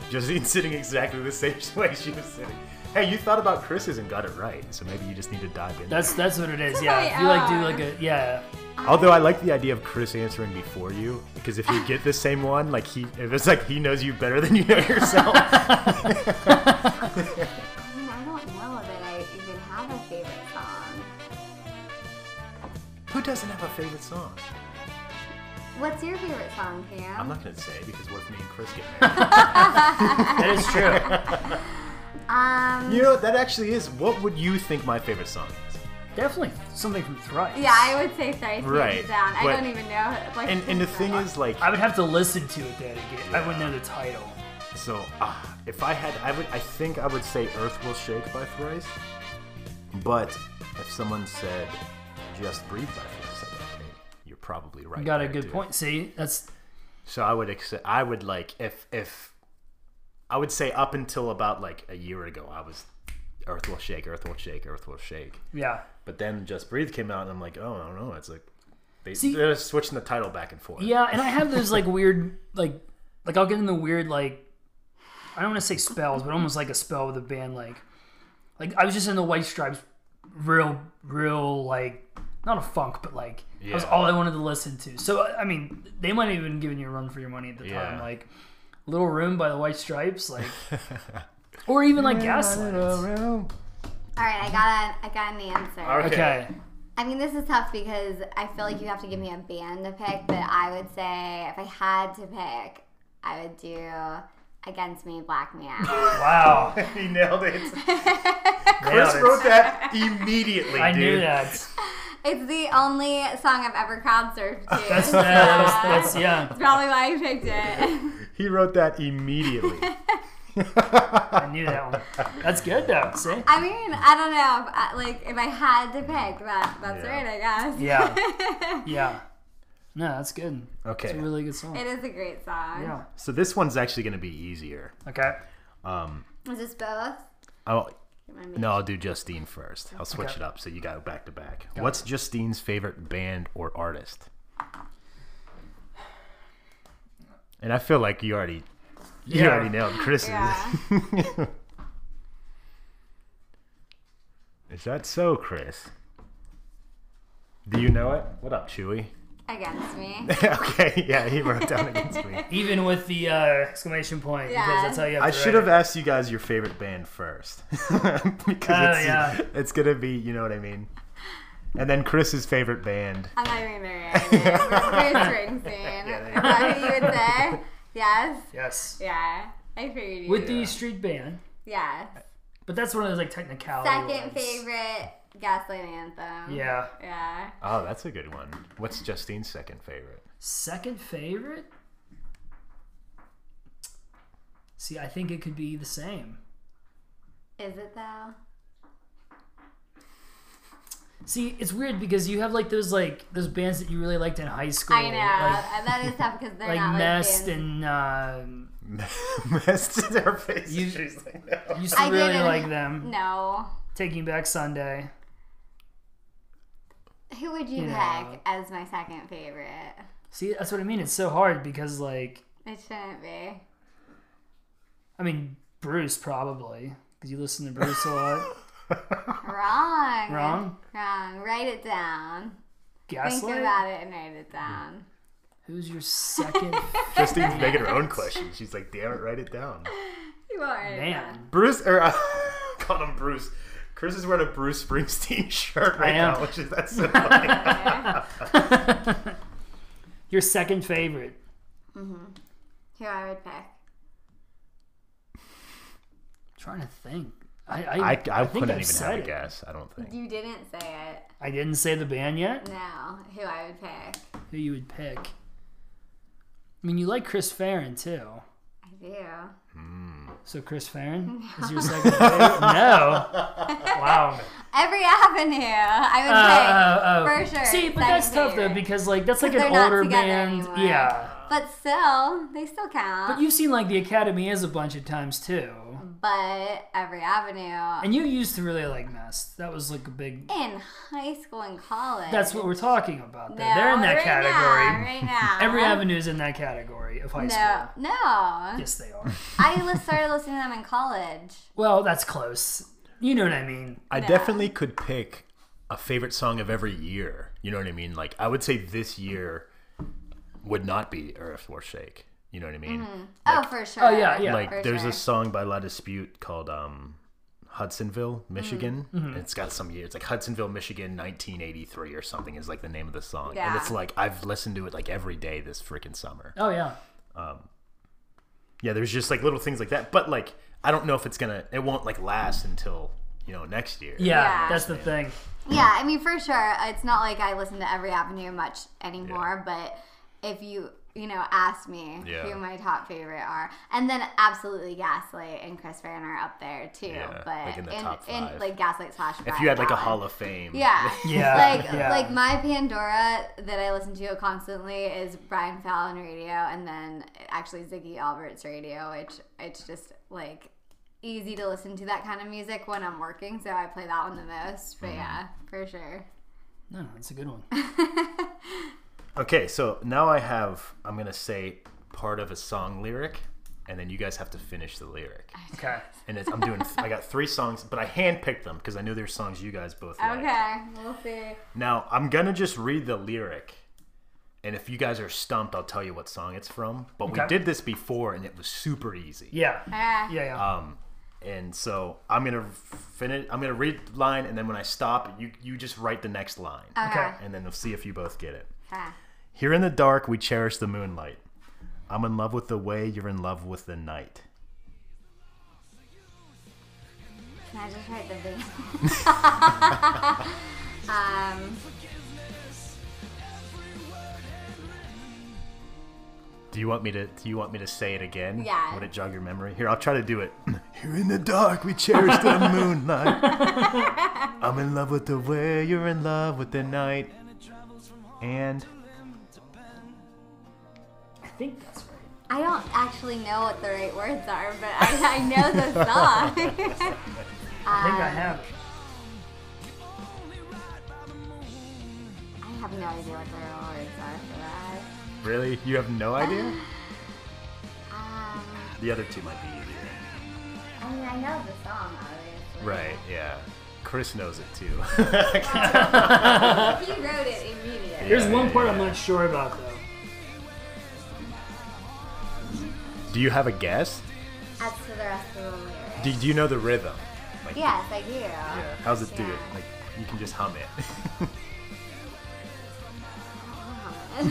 Speaker 2: Justine's sitting exactly the same way she was sitting. Hey, you thought about Chris's and got it right, so maybe you just need to dive in.
Speaker 1: That's that's what it is.
Speaker 3: That's
Speaker 1: Yeah.
Speaker 3: my
Speaker 1: If you like do
Speaker 3: hour.
Speaker 1: like a yeah.
Speaker 2: Although I like the idea of Chris answering before you, because if you get the same one, like he, if it's like he knows you better than you know yourself.
Speaker 3: I mean, I don't know that I even have a favorite song.
Speaker 2: Who doesn't have a favorite song?
Speaker 3: What's your favorite song, Cam?
Speaker 2: I'm not gonna say because what if me and Chris get married?
Speaker 1: That is true.
Speaker 3: Um.
Speaker 2: you know that actually is. What would you think my favorite song is?
Speaker 1: Definitely something from Thrice.
Speaker 3: Yeah, I would say Thrice
Speaker 2: Right,
Speaker 3: Hands Down. I
Speaker 2: but-
Speaker 3: don't even know. Like,
Speaker 2: And and the thing is, like,
Speaker 1: I would have to listen to it though to get. I wouldn't know the title.
Speaker 2: So ah, if I had, I would, I think I would say "Earth Will Shake" by Thrice. But if someone said "Just Breathe" by Thrice, I'd be like, "Hey, you're probably right.
Speaker 1: You got a
Speaker 2: there,
Speaker 1: good
Speaker 2: dude."
Speaker 1: point. See, that's
Speaker 2: So I would accept. I would like if if I would say up until about like a year ago, I was "Earth Will Shake," "Earth Will Shake," "Earth Will Shake."
Speaker 1: yeah.
Speaker 2: But then "Just Breathe" came out, and I'm like, oh, I don't know. It's like they,
Speaker 1: See-
Speaker 2: they're switching the title back and forth.
Speaker 1: Yeah, and I have those like weird like like I'll get in the weird like I don't want to say spells, but almost like a spell with a band like like I was just in the White Stripes real real like not a funk but like that was
Speaker 2: Yeah.
Speaker 1: all I wanted to listen to. So I I mean, they might have even given you a run for your money at the time
Speaker 2: Yeah.
Speaker 1: like Little Room by the White Stripes like or even like Gaslight.
Speaker 3: All right, I got a, I got an answer.
Speaker 2: All right.
Speaker 1: Okay.
Speaker 3: I mean, this is tough because I feel like you have to give me a band to pick, but I would say if I had to pick, I would do Against Me, Black Me Out.
Speaker 1: Wow.
Speaker 2: he nailed it.
Speaker 1: Nailed
Speaker 2: Chris
Speaker 1: it.
Speaker 2: wrote that immediately.
Speaker 1: I
Speaker 2: dude.
Speaker 1: knew that.
Speaker 3: it's the only song I've ever crowd surfed to.
Speaker 1: That's
Speaker 3: so
Speaker 1: that. That's, that's yeah.
Speaker 3: that's probably why I picked it.
Speaker 2: He wrote that immediately.
Speaker 1: I knew that one. That's good though. See?
Speaker 3: I mean, I don't know, if I, like if I had to pick, that that's
Speaker 2: Yeah.
Speaker 3: right, I guess.
Speaker 1: Yeah. Yeah. No, that's good.
Speaker 2: Okay.
Speaker 1: It's a really good song.
Speaker 3: it is a great song.
Speaker 1: yeah.
Speaker 2: so this one's actually going to be easier.
Speaker 1: Okay.
Speaker 2: Um,
Speaker 3: Is this both?
Speaker 2: I'll,
Speaker 3: Remind me.
Speaker 2: no, I'll do Justine first. I'll switch
Speaker 1: Okay.
Speaker 2: it up so you go back to back. What's Justine's favorite band or artist? And I feel like you already you
Speaker 1: Yeah.
Speaker 2: already nailed Chris's.
Speaker 3: Yeah.
Speaker 2: Is that so, Chris? Do you know it? What up, Chewy?
Speaker 3: Against me.
Speaker 2: okay, yeah, he wrote down against me.
Speaker 1: Even with the uh, exclamation point, because
Speaker 3: Yeah.
Speaker 1: that's how you have
Speaker 2: I
Speaker 1: to
Speaker 2: should
Speaker 1: write
Speaker 2: have asked you guys your favorite band first because it's,
Speaker 1: Oh, yeah.
Speaker 2: it's gonna be, you know what I mean. And then Chris's favorite band.
Speaker 3: I'm not even married. Bruce Springsteen.
Speaker 2: Yeah,
Speaker 3: Is that what you would say? Yes.
Speaker 1: it. Yes.
Speaker 3: Yeah. I figured you.
Speaker 1: With
Speaker 2: Yeah.
Speaker 1: the street band.
Speaker 3: yes.
Speaker 1: But that's one of those like technicalities.
Speaker 3: Second favorite Gaslight Anthem.
Speaker 1: Yeah.
Speaker 3: Yeah.
Speaker 2: Oh, that's a good one. What's Justine's second favorite?
Speaker 1: Second favorite? See, I think it could be the same.
Speaker 3: Is it though?
Speaker 1: See, it's weird because you have like those like those bands that you really liked in high school.
Speaker 3: I know. Uh,
Speaker 1: Like,
Speaker 3: that is tough because they're
Speaker 1: like
Speaker 3: not
Speaker 1: Nest
Speaker 3: like bands.
Speaker 1: and um
Speaker 2: Messed in her face.
Speaker 1: You-
Speaker 2: She's like, no.
Speaker 1: used to
Speaker 3: I
Speaker 1: really
Speaker 3: didn't-
Speaker 1: like them.
Speaker 3: No.
Speaker 1: Taking Back Sunday.
Speaker 3: Who would you,
Speaker 1: You
Speaker 3: pick
Speaker 1: know.
Speaker 3: as my second favorite?
Speaker 1: See, that's what I mean. It's so hard because like
Speaker 3: It shouldn't be.
Speaker 1: I mean Bruce probably because you listen to Bruce a lot.
Speaker 3: Wrong.
Speaker 1: Wrong?
Speaker 3: Wrong. Write it down. Think
Speaker 1: Gaslight.
Speaker 3: about it and write it down.
Speaker 1: Who's your second
Speaker 2: Justine's making her own question. She's like, damn it, write it down.
Speaker 3: You won't write it down.
Speaker 1: man?
Speaker 2: Bruce, or uh, called him Bruce. Chris is wearing a Bruce Springsteen shirt right
Speaker 1: am.
Speaker 2: now, which is that's so funny.
Speaker 1: your second favorite.
Speaker 3: Who I would pick.
Speaker 1: trying to think. I I,
Speaker 2: I, I,
Speaker 1: think
Speaker 2: couldn't
Speaker 1: I've
Speaker 2: even
Speaker 1: said
Speaker 2: have a
Speaker 1: it.
Speaker 2: guess. I don't think.
Speaker 3: You didn't say it.
Speaker 1: I didn't say the band yet.
Speaker 3: No. Who I would pick.
Speaker 1: Who you would pick? I mean, you like Chris Farron too.
Speaker 3: I do.
Speaker 1: So Chris Farron is your second favorite? No. Wow.
Speaker 3: Every avenue
Speaker 1: Uh,
Speaker 3: I
Speaker 1: uh,
Speaker 3: For
Speaker 1: uh,
Speaker 3: sure,
Speaker 1: See, but
Speaker 3: second
Speaker 1: that's tough though
Speaker 3: favorite.
Speaker 1: because like that's like an
Speaker 3: they're not
Speaker 1: older
Speaker 3: together
Speaker 1: band.
Speaker 3: anymore. Uh-huh.
Speaker 1: Yeah.
Speaker 3: would pick. But still, they still count.
Speaker 1: But you've seen like the Academy is a bunch of times too,
Speaker 3: Mm-hmm. But every avenue
Speaker 1: and you used to really like Mess. That was like a big.
Speaker 3: in high school and college.
Speaker 1: That's what we're talking about. Though.
Speaker 3: No,
Speaker 1: They're in that
Speaker 3: right Now,
Speaker 1: category.
Speaker 3: right now.
Speaker 1: Every avenue is in that category of high
Speaker 3: No,
Speaker 1: school.
Speaker 3: no.
Speaker 1: Yes, they are.
Speaker 3: I li- started listening to them in college.
Speaker 1: Well, that's close. You know what I mean.
Speaker 2: I definitely could pick a favorite song of every year. You know what I mean? Like I would say this year would not be Earth Will Shake. You know what I mean?
Speaker 3: oh, for sure.
Speaker 1: Oh yeah, yeah.
Speaker 2: Like
Speaker 3: For
Speaker 2: there's
Speaker 3: sure.
Speaker 2: a song by La Dispute called um, Hudsonville,
Speaker 3: Mm.
Speaker 2: Michigan. And it's got some year. It's like Hudsonville, Michigan, 1983 or something is like the name of the song. And it's
Speaker 3: Yeah.
Speaker 2: like I've listened to it like every day this freaking summer.
Speaker 1: oh yeah.
Speaker 2: yeah there's just like little things like that but like i don't know if it's gonna it won't like last until you know next year
Speaker 1: Yeah,
Speaker 3: Yeah.
Speaker 1: that's the thing.
Speaker 3: Yeah, I mean, for sure. It's not like I listen to every avenue much anymore, but if you, you know, ask me
Speaker 2: Yeah.
Speaker 3: who my top favorite are, and then absolutely Gaslight and Chris Farron are up there too.
Speaker 2: Yeah,
Speaker 3: but
Speaker 2: like in the
Speaker 3: in,
Speaker 2: top
Speaker 3: in,
Speaker 2: five.
Speaker 3: like Gaslight slash
Speaker 2: if you had like a
Speaker 3: Brad Allen.
Speaker 2: hall of fame
Speaker 3: Yeah.
Speaker 1: Yeah,
Speaker 3: Like
Speaker 1: yeah.
Speaker 3: like my Pandora that I listen to constantly is Brian Fallon radio and then actually Ziggy Albert's radio, which it's just like easy to listen to that kind of music when I'm working, so I play that one the most.
Speaker 1: Mm-hmm.
Speaker 3: But yeah, for sure.
Speaker 1: No, no, it's a good one.
Speaker 2: okay so now i have i'm gonna say part of a song lyric and then you guys have to finish the lyric
Speaker 1: Okay.
Speaker 2: and it's, i'm doing i got three songs but i handpicked them because i knew there's songs you guys both like.
Speaker 3: Okay, we'll see.
Speaker 2: now i'm gonna just read the lyric and if you guys are stumped i'll tell you what song it's from but
Speaker 1: Okay.
Speaker 2: we did this before and it was super easy
Speaker 1: Yeah.
Speaker 3: Alright.
Speaker 1: Yeah, yeah.
Speaker 2: Um, and so I'm gonna finish. I'm gonna read the line, and then when I stop, you you just write the next line,
Speaker 1: okay.
Speaker 3: Okay.
Speaker 2: and then we'll see if you both get it.
Speaker 3: Okay.
Speaker 2: Here in the dark, we cherish the moonlight. I'm in love with the way you're in love with the night.
Speaker 3: Can I just write the video? um,
Speaker 2: Do you want me to? Do you want me to say it again?
Speaker 3: Yeah.
Speaker 2: Would it jog your memory? Here, I'll try to do it. Here in the dark, we cherish the moonlight. I'm in love with the way you're in love with the night. And
Speaker 1: I think that's right.
Speaker 3: I don't actually know what the right words are, but I, I know the song.
Speaker 1: I think I have it.
Speaker 3: I have no idea what the real words Sorry for that.
Speaker 2: Really? You have no idea?
Speaker 3: Um,
Speaker 2: The other two might be easier.
Speaker 3: I mean, I know the song, obviously.
Speaker 2: Right, yeah. Chris knows it too.
Speaker 3: He wrote it immediately.
Speaker 1: There's
Speaker 2: Yeah,
Speaker 1: one
Speaker 2: yeah,
Speaker 1: part
Speaker 2: yeah.
Speaker 1: I'm not sure about though.
Speaker 2: do you have a guess?
Speaker 3: As to the rest of the lyrics.
Speaker 2: Do, do you know the rhythm? Like,
Speaker 3: yes, I do.
Speaker 2: Yeah. How's it do it?
Speaker 3: Yeah.
Speaker 2: Like, you can just hum it.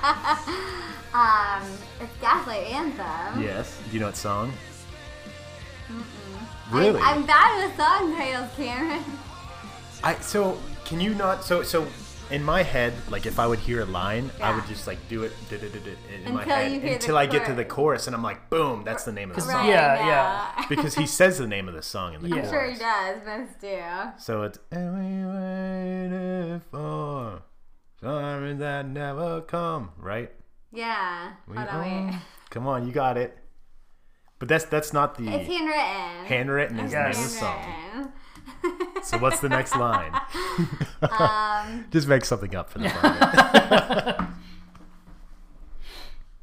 Speaker 3: um, it's Gaslight Anthem.
Speaker 2: yes. Do you know what song?
Speaker 3: I-
Speaker 2: Really?
Speaker 3: I'm bad with song titles, Cameron.
Speaker 2: I so can you not so so in my head like if I would hear a line I
Speaker 3: Yeah.
Speaker 2: would just like do it da, da, da, da, in my
Speaker 3: Until
Speaker 2: head
Speaker 3: you hear the
Speaker 2: until I get to the chorus
Speaker 3: chorus.
Speaker 2: and I'm like boom that's the name of the song
Speaker 1: Right. Yeah, yeah.
Speaker 2: because he says the name of the song in the
Speaker 1: Yeah.
Speaker 3: I'm
Speaker 2: chorus
Speaker 3: sure he does. Most do.
Speaker 2: so it's "And we waited for something that never come right
Speaker 3: Yeah.
Speaker 2: We
Speaker 3: Hold on, wait.
Speaker 2: all- come on you got it but that's that's not the
Speaker 3: It's handwritten.
Speaker 2: handwritten is the name of the
Speaker 1: Yes.
Speaker 2: song
Speaker 3: Handwritten.
Speaker 2: so what's the next line just make something up for the moment.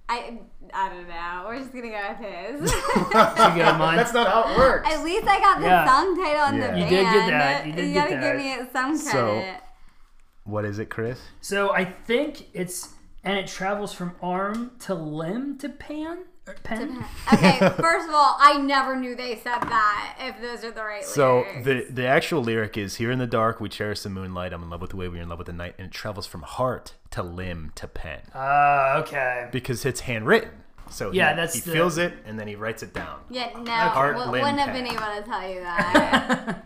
Speaker 3: I I don't know. We're just gonna go with his.
Speaker 1: You got mine?
Speaker 2: That's not how it works.
Speaker 3: At least I got the
Speaker 1: Yeah.
Speaker 3: song title and
Speaker 2: Yeah.
Speaker 3: the
Speaker 2: You
Speaker 1: did get
Speaker 3: band.
Speaker 1: that. You did get
Speaker 3: gotta
Speaker 1: that.
Speaker 3: give me some
Speaker 2: So-
Speaker 3: credit.
Speaker 2: What is it, Chris?
Speaker 1: So I think it's and it travels from arm to limb to pan or pen.
Speaker 3: okay, first of all, I never knew they said that. If those are the right
Speaker 2: So
Speaker 3: lyrics.
Speaker 2: the the actual lyric is "Here in the dark, we cherish the moonlight. I'm in love with the way we're in love with the night, and it travels from heart to limb to pen
Speaker 1: Ah, okay.
Speaker 2: because it's handwritten. So he-
Speaker 1: Yeah, that's
Speaker 2: he
Speaker 1: the-
Speaker 2: feels it and then he writes it down.
Speaker 3: yeah, no,
Speaker 2: Heart,
Speaker 3: w-
Speaker 2: limb,
Speaker 3: wouldn't have
Speaker 2: pen.
Speaker 3: been able to tell you that.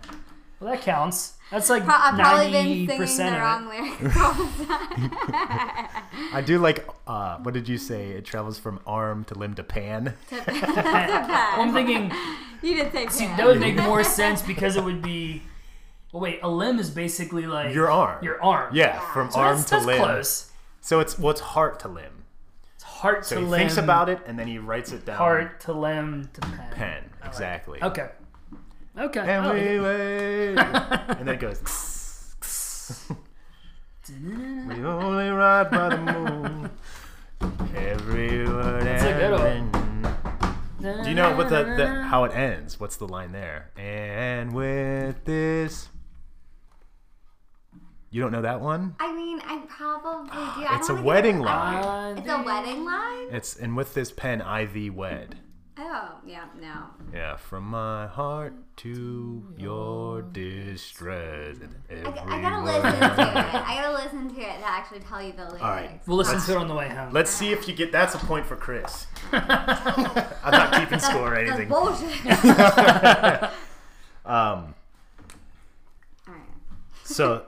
Speaker 1: Well, that counts. That's like
Speaker 3: Pro- I've probably
Speaker 1: ninety
Speaker 3: been
Speaker 1: percent
Speaker 3: singing the
Speaker 1: of
Speaker 3: wrong
Speaker 1: it.
Speaker 3: lyrics all the time.
Speaker 2: I do like. Uh, what did you say? It travels from arm to limb to pan.
Speaker 1: I'm thinking
Speaker 3: you did say
Speaker 1: see,
Speaker 3: pan.
Speaker 1: that would make more sense because it would be. Well, wait, a limb is basically like
Speaker 2: Your arm.
Speaker 1: Your arm.
Speaker 2: Yeah, from
Speaker 1: So
Speaker 2: arm
Speaker 1: that's,
Speaker 2: to
Speaker 1: that's
Speaker 2: limb.
Speaker 1: close.
Speaker 2: So it's what's heart to limb.
Speaker 1: It's heart
Speaker 2: So
Speaker 1: to
Speaker 2: he
Speaker 1: limb.
Speaker 2: thinks about it and then he writes it down.
Speaker 1: heart to limb to pen.
Speaker 2: pen exactly.
Speaker 1: Okay. Oh, Okay.
Speaker 2: And
Speaker 3: Oh,
Speaker 1: I like
Speaker 2: we
Speaker 1: it.
Speaker 2: wait, and then it goes. We only ride by the moon. Every word
Speaker 1: a good one.
Speaker 2: Do you know what the, the how it ends? What's the line there? And with this, you don't know that one?
Speaker 3: I mean, I probably do. I
Speaker 2: It's a
Speaker 3: don't wanna
Speaker 2: wedding
Speaker 3: get-
Speaker 2: line.
Speaker 3: It's a wedding line.
Speaker 2: It's and with this pen I thee wed.
Speaker 3: Oh, yeah, no.
Speaker 2: Yeah, from my heart to your distress. and
Speaker 3: I,
Speaker 2: Every
Speaker 3: I gotta
Speaker 2: word.
Speaker 3: listen to it. I gotta listen to it to actually tell you the lyrics.
Speaker 2: right.
Speaker 1: We'll listen to it on the way home.
Speaker 2: Let's see if you get. That's a point for Chris. I'm not keeping score or
Speaker 3: That's
Speaker 2: anything.
Speaker 3: bullshit.
Speaker 2: Um.
Speaker 3: All right.
Speaker 2: So,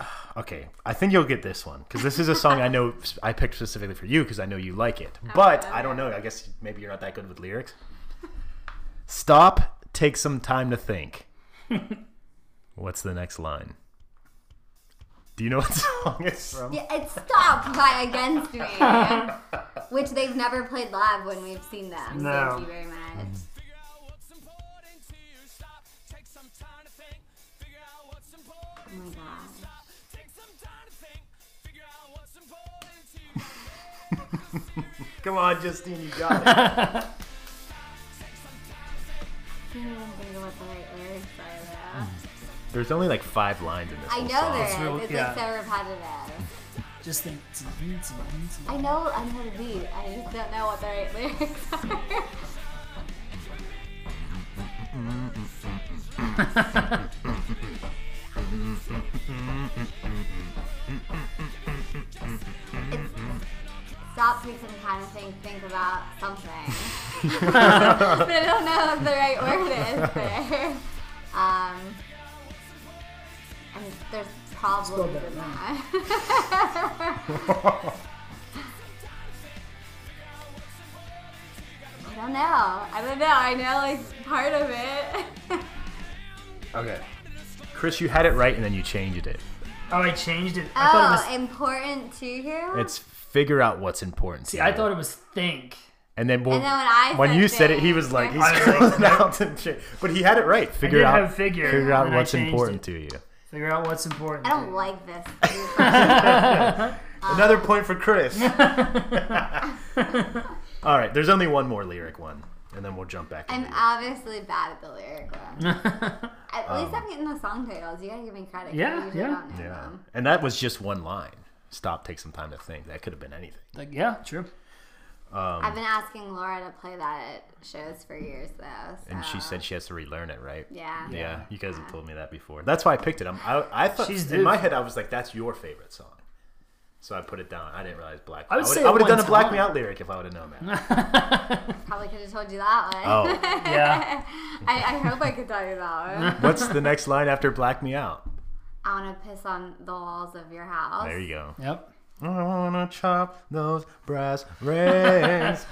Speaker 2: okay, I think you'll get this one because this is a song I know I picked specifically for you because I know you like it.
Speaker 3: Oh,
Speaker 2: But I don't know. I guess maybe you're not that good with lyrics. Stop. Take some time to think. What's the next line? Do you know what song it's from?
Speaker 3: Yeah, it's Stop by Against Me, which they've never played live when we've seen them.
Speaker 1: No.
Speaker 3: Thank you very much.
Speaker 4: Figure out what's important to you. Stop. Take some time to think. Figure out what's important.
Speaker 3: Oh my
Speaker 4: Stop. Take some time to think. Figure out what's
Speaker 1: Mm-hmm.
Speaker 3: god.
Speaker 4: important to you.
Speaker 2: Come on, Justine, you got it.
Speaker 3: I can't even think of what the right lyrics are though.
Speaker 2: There's only like five lines in this.
Speaker 3: I
Speaker 2: whole
Speaker 3: know
Speaker 2: song.
Speaker 3: there is.
Speaker 1: real-
Speaker 3: it's
Speaker 1: yeah.
Speaker 3: like so repetitive.
Speaker 1: Just think.
Speaker 3: I know I know the beat. I just don't know what the right lyrics are. It's- Stop, take some time to think, think about something. I don't know if the right word is there. Um, and there's problems in that. I don't know. I don't know. I know like part of it.
Speaker 2: Okay. Chris, you had it right and then you changed it.
Speaker 1: Oh, I changed it. I thought it
Speaker 3: oh,
Speaker 1: was.
Speaker 3: important to you.
Speaker 2: It's figure out what's important. to
Speaker 1: I
Speaker 2: you.
Speaker 1: thought it was think.
Speaker 2: And then, well,
Speaker 3: And then when I
Speaker 2: when
Speaker 3: said
Speaker 2: you said it, he
Speaker 3: things,
Speaker 2: was like, he's
Speaker 1: I was like,
Speaker 2: scrolling out and shit. But he had it right. Figure
Speaker 1: did
Speaker 2: out,
Speaker 1: have figure,
Speaker 2: figure out
Speaker 1: and I
Speaker 2: what's
Speaker 1: changed
Speaker 2: important
Speaker 1: it.
Speaker 2: to you.
Speaker 1: Figure out what's important.
Speaker 3: I
Speaker 1: to
Speaker 3: don't
Speaker 1: you.
Speaker 3: like this.
Speaker 2: Another point for Chris. All right, there's only one more lyric one, and then we'll jump back.
Speaker 3: I'm
Speaker 2: into it.
Speaker 3: obviously bad at the lyric one. at least I'm getting the song titles. You gotta give me credit. 'cause I
Speaker 1: Yeah,
Speaker 3: usually
Speaker 1: yeah.
Speaker 3: don't
Speaker 2: Um,
Speaker 3: know
Speaker 2: Yeah,
Speaker 3: them.
Speaker 2: and that was just one line. Stop. Take some time to think. That could have been anything.
Speaker 1: Like, yeah, true.
Speaker 3: I've been asking Laura to play that at shows for years though.
Speaker 2: And she
Speaker 3: so-
Speaker 2: said she has to relearn it, right?
Speaker 3: Yeah.
Speaker 2: Yeah, you guys have told me that before. That's why I picked it. I'm, I, I thought
Speaker 1: She's
Speaker 2: in
Speaker 1: due.
Speaker 2: my head I was like, "That's your favorite song," so I put it down. I didn't realize Black.
Speaker 1: I would say
Speaker 2: I
Speaker 1: at
Speaker 2: would have
Speaker 1: one
Speaker 2: done a Black
Speaker 1: time-
Speaker 2: Me Out lyric if I would have known that.
Speaker 3: Probably could have told you that one.
Speaker 2: Oh,
Speaker 1: Yeah.
Speaker 3: I, I hope I could tell you that one.
Speaker 2: what's the next line after Black Me Out?
Speaker 3: I want to piss on the walls of your house.
Speaker 2: There you go.
Speaker 1: yep.
Speaker 2: I wanna chop those brass rings.